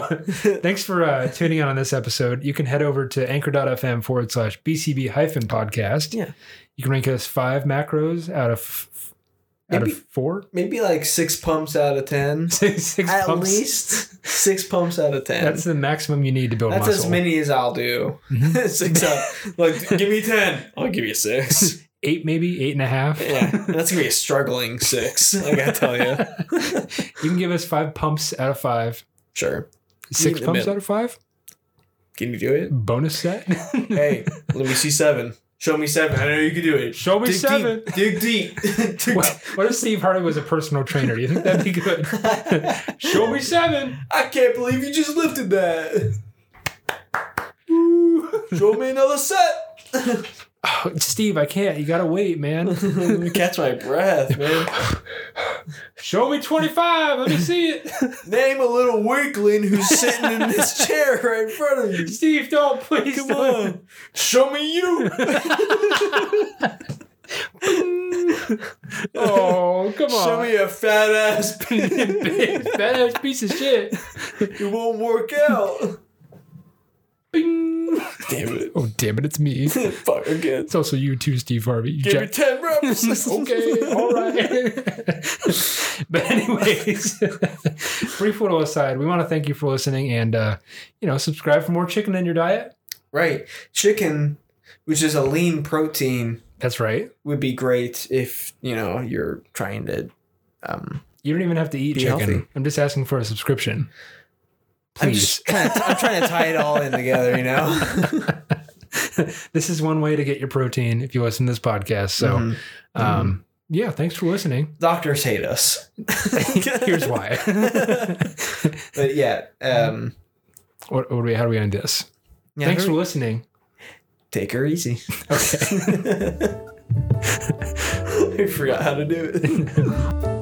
[SPEAKER 1] thanks for uh, tuning in on this episode. You can head over to anchor.fm forward slash BCB hyphen podcast.
[SPEAKER 3] Yeah.
[SPEAKER 1] You can rank us five macros out of f- out of
[SPEAKER 3] Maybe-
[SPEAKER 1] four.
[SPEAKER 3] (laughs)
[SPEAKER 1] (laughs)
[SPEAKER 3] Maybe like six pumps out of 10.
[SPEAKER 1] Six, six
[SPEAKER 3] At
[SPEAKER 1] pumps.
[SPEAKER 3] least six pumps out of 10.
[SPEAKER 1] That's
[SPEAKER 3] That's,
[SPEAKER 1] the maximum you need to build muscle.
[SPEAKER 3] as many as I'll do. (laughs) six up. Like, give me 10. I'll give you six.
[SPEAKER 1] Eight, maybe eight and a half.
[SPEAKER 3] (laughs) Yeah. That's going to be a struggling six. I got to tell you.
[SPEAKER 1] you can give us five pumps out of five.
[SPEAKER 3] (laughs) Sure.
[SPEAKER 1] Six
[SPEAKER 3] the
[SPEAKER 1] pumps
[SPEAKER 3] middle.
[SPEAKER 1] out of five.
[SPEAKER 3] Can you do it?
[SPEAKER 1] Bonus
[SPEAKER 3] (laughs)
[SPEAKER 1] set.
[SPEAKER 3] Hey, let me see seven. Show me seven. I know you can do it.
[SPEAKER 1] Show me
[SPEAKER 3] Dig
[SPEAKER 1] seven.
[SPEAKER 3] Deep. Dig deep. (laughs) Dig
[SPEAKER 1] What, what if Steve Harvey was a personal trainer? Do you think that'd be
[SPEAKER 3] (laughs)
[SPEAKER 1] good? (laughs)
[SPEAKER 3] deep.
[SPEAKER 1] Show me seven.
[SPEAKER 3] I can't believe you just lifted that. Show me another set.
[SPEAKER 1] Oh, Steve, I can't. You gotta wait, man.
[SPEAKER 3] (laughs) Catch my breath, man.
[SPEAKER 1] Show me 25. Let me see it.
[SPEAKER 3] Name a little weakling who's sitting
[SPEAKER 1] (laughs)
[SPEAKER 3] in this chair right in front of you.
[SPEAKER 1] Steve, don't please.
[SPEAKER 3] Come
[SPEAKER 1] don't.
[SPEAKER 3] on. Show me you.
[SPEAKER 1] Oh, come on. (laughs)
[SPEAKER 3] Show me a fat ass.
[SPEAKER 1] Big, badass piece of shit.
[SPEAKER 3] It won't work out. (laughs)
[SPEAKER 1] Bing.
[SPEAKER 3] Damn it.
[SPEAKER 1] Oh, damn it, it's me. It's
[SPEAKER 3] Fuck again.
[SPEAKER 1] also you too, Steve Harvey. You
[SPEAKER 3] Give me
[SPEAKER 1] jack-
[SPEAKER 3] 10
[SPEAKER 1] (laughs)
[SPEAKER 3] reps.
[SPEAKER 1] okay, all
[SPEAKER 3] (laughs)
[SPEAKER 1] right. (laughs) but anyways, (laughs) brief little aside, we want to thank you for listening and uh, you know subscribe for more chicken in your diet.
[SPEAKER 3] Right. Chicken, which is a lean protein,
[SPEAKER 1] That's right.
[SPEAKER 3] would be great if, you know, you're trying to um,
[SPEAKER 1] You don't even have to eat
[SPEAKER 3] Be
[SPEAKER 1] chicken.
[SPEAKER 3] healthy.
[SPEAKER 1] I'm just asking for a subscription.
[SPEAKER 3] I'm
[SPEAKER 1] Please.
[SPEAKER 3] just trying to, I'm trying to tie it all in together, you
[SPEAKER 1] (laughs)
[SPEAKER 3] know?
[SPEAKER 1] this is one way to get your protein if you listen to this podcast. So,
[SPEAKER 3] Mhm.
[SPEAKER 1] um, yeah, thanks for
[SPEAKER 3] (laughs)
[SPEAKER 1] listening.
[SPEAKER 3] Doctors hate us.
[SPEAKER 1] Here's why.
[SPEAKER 3] (laughs) But yeah, um,
[SPEAKER 1] what, what do we, how do we end this?
[SPEAKER 3] yeah,
[SPEAKER 1] thanks for
[SPEAKER 3] very-
[SPEAKER 1] listening.
[SPEAKER 3] Take her easy.
[SPEAKER 1] Okay.
[SPEAKER 3] (laughs)
[SPEAKER 1] (laughs)
[SPEAKER 3] I forgot how to do it.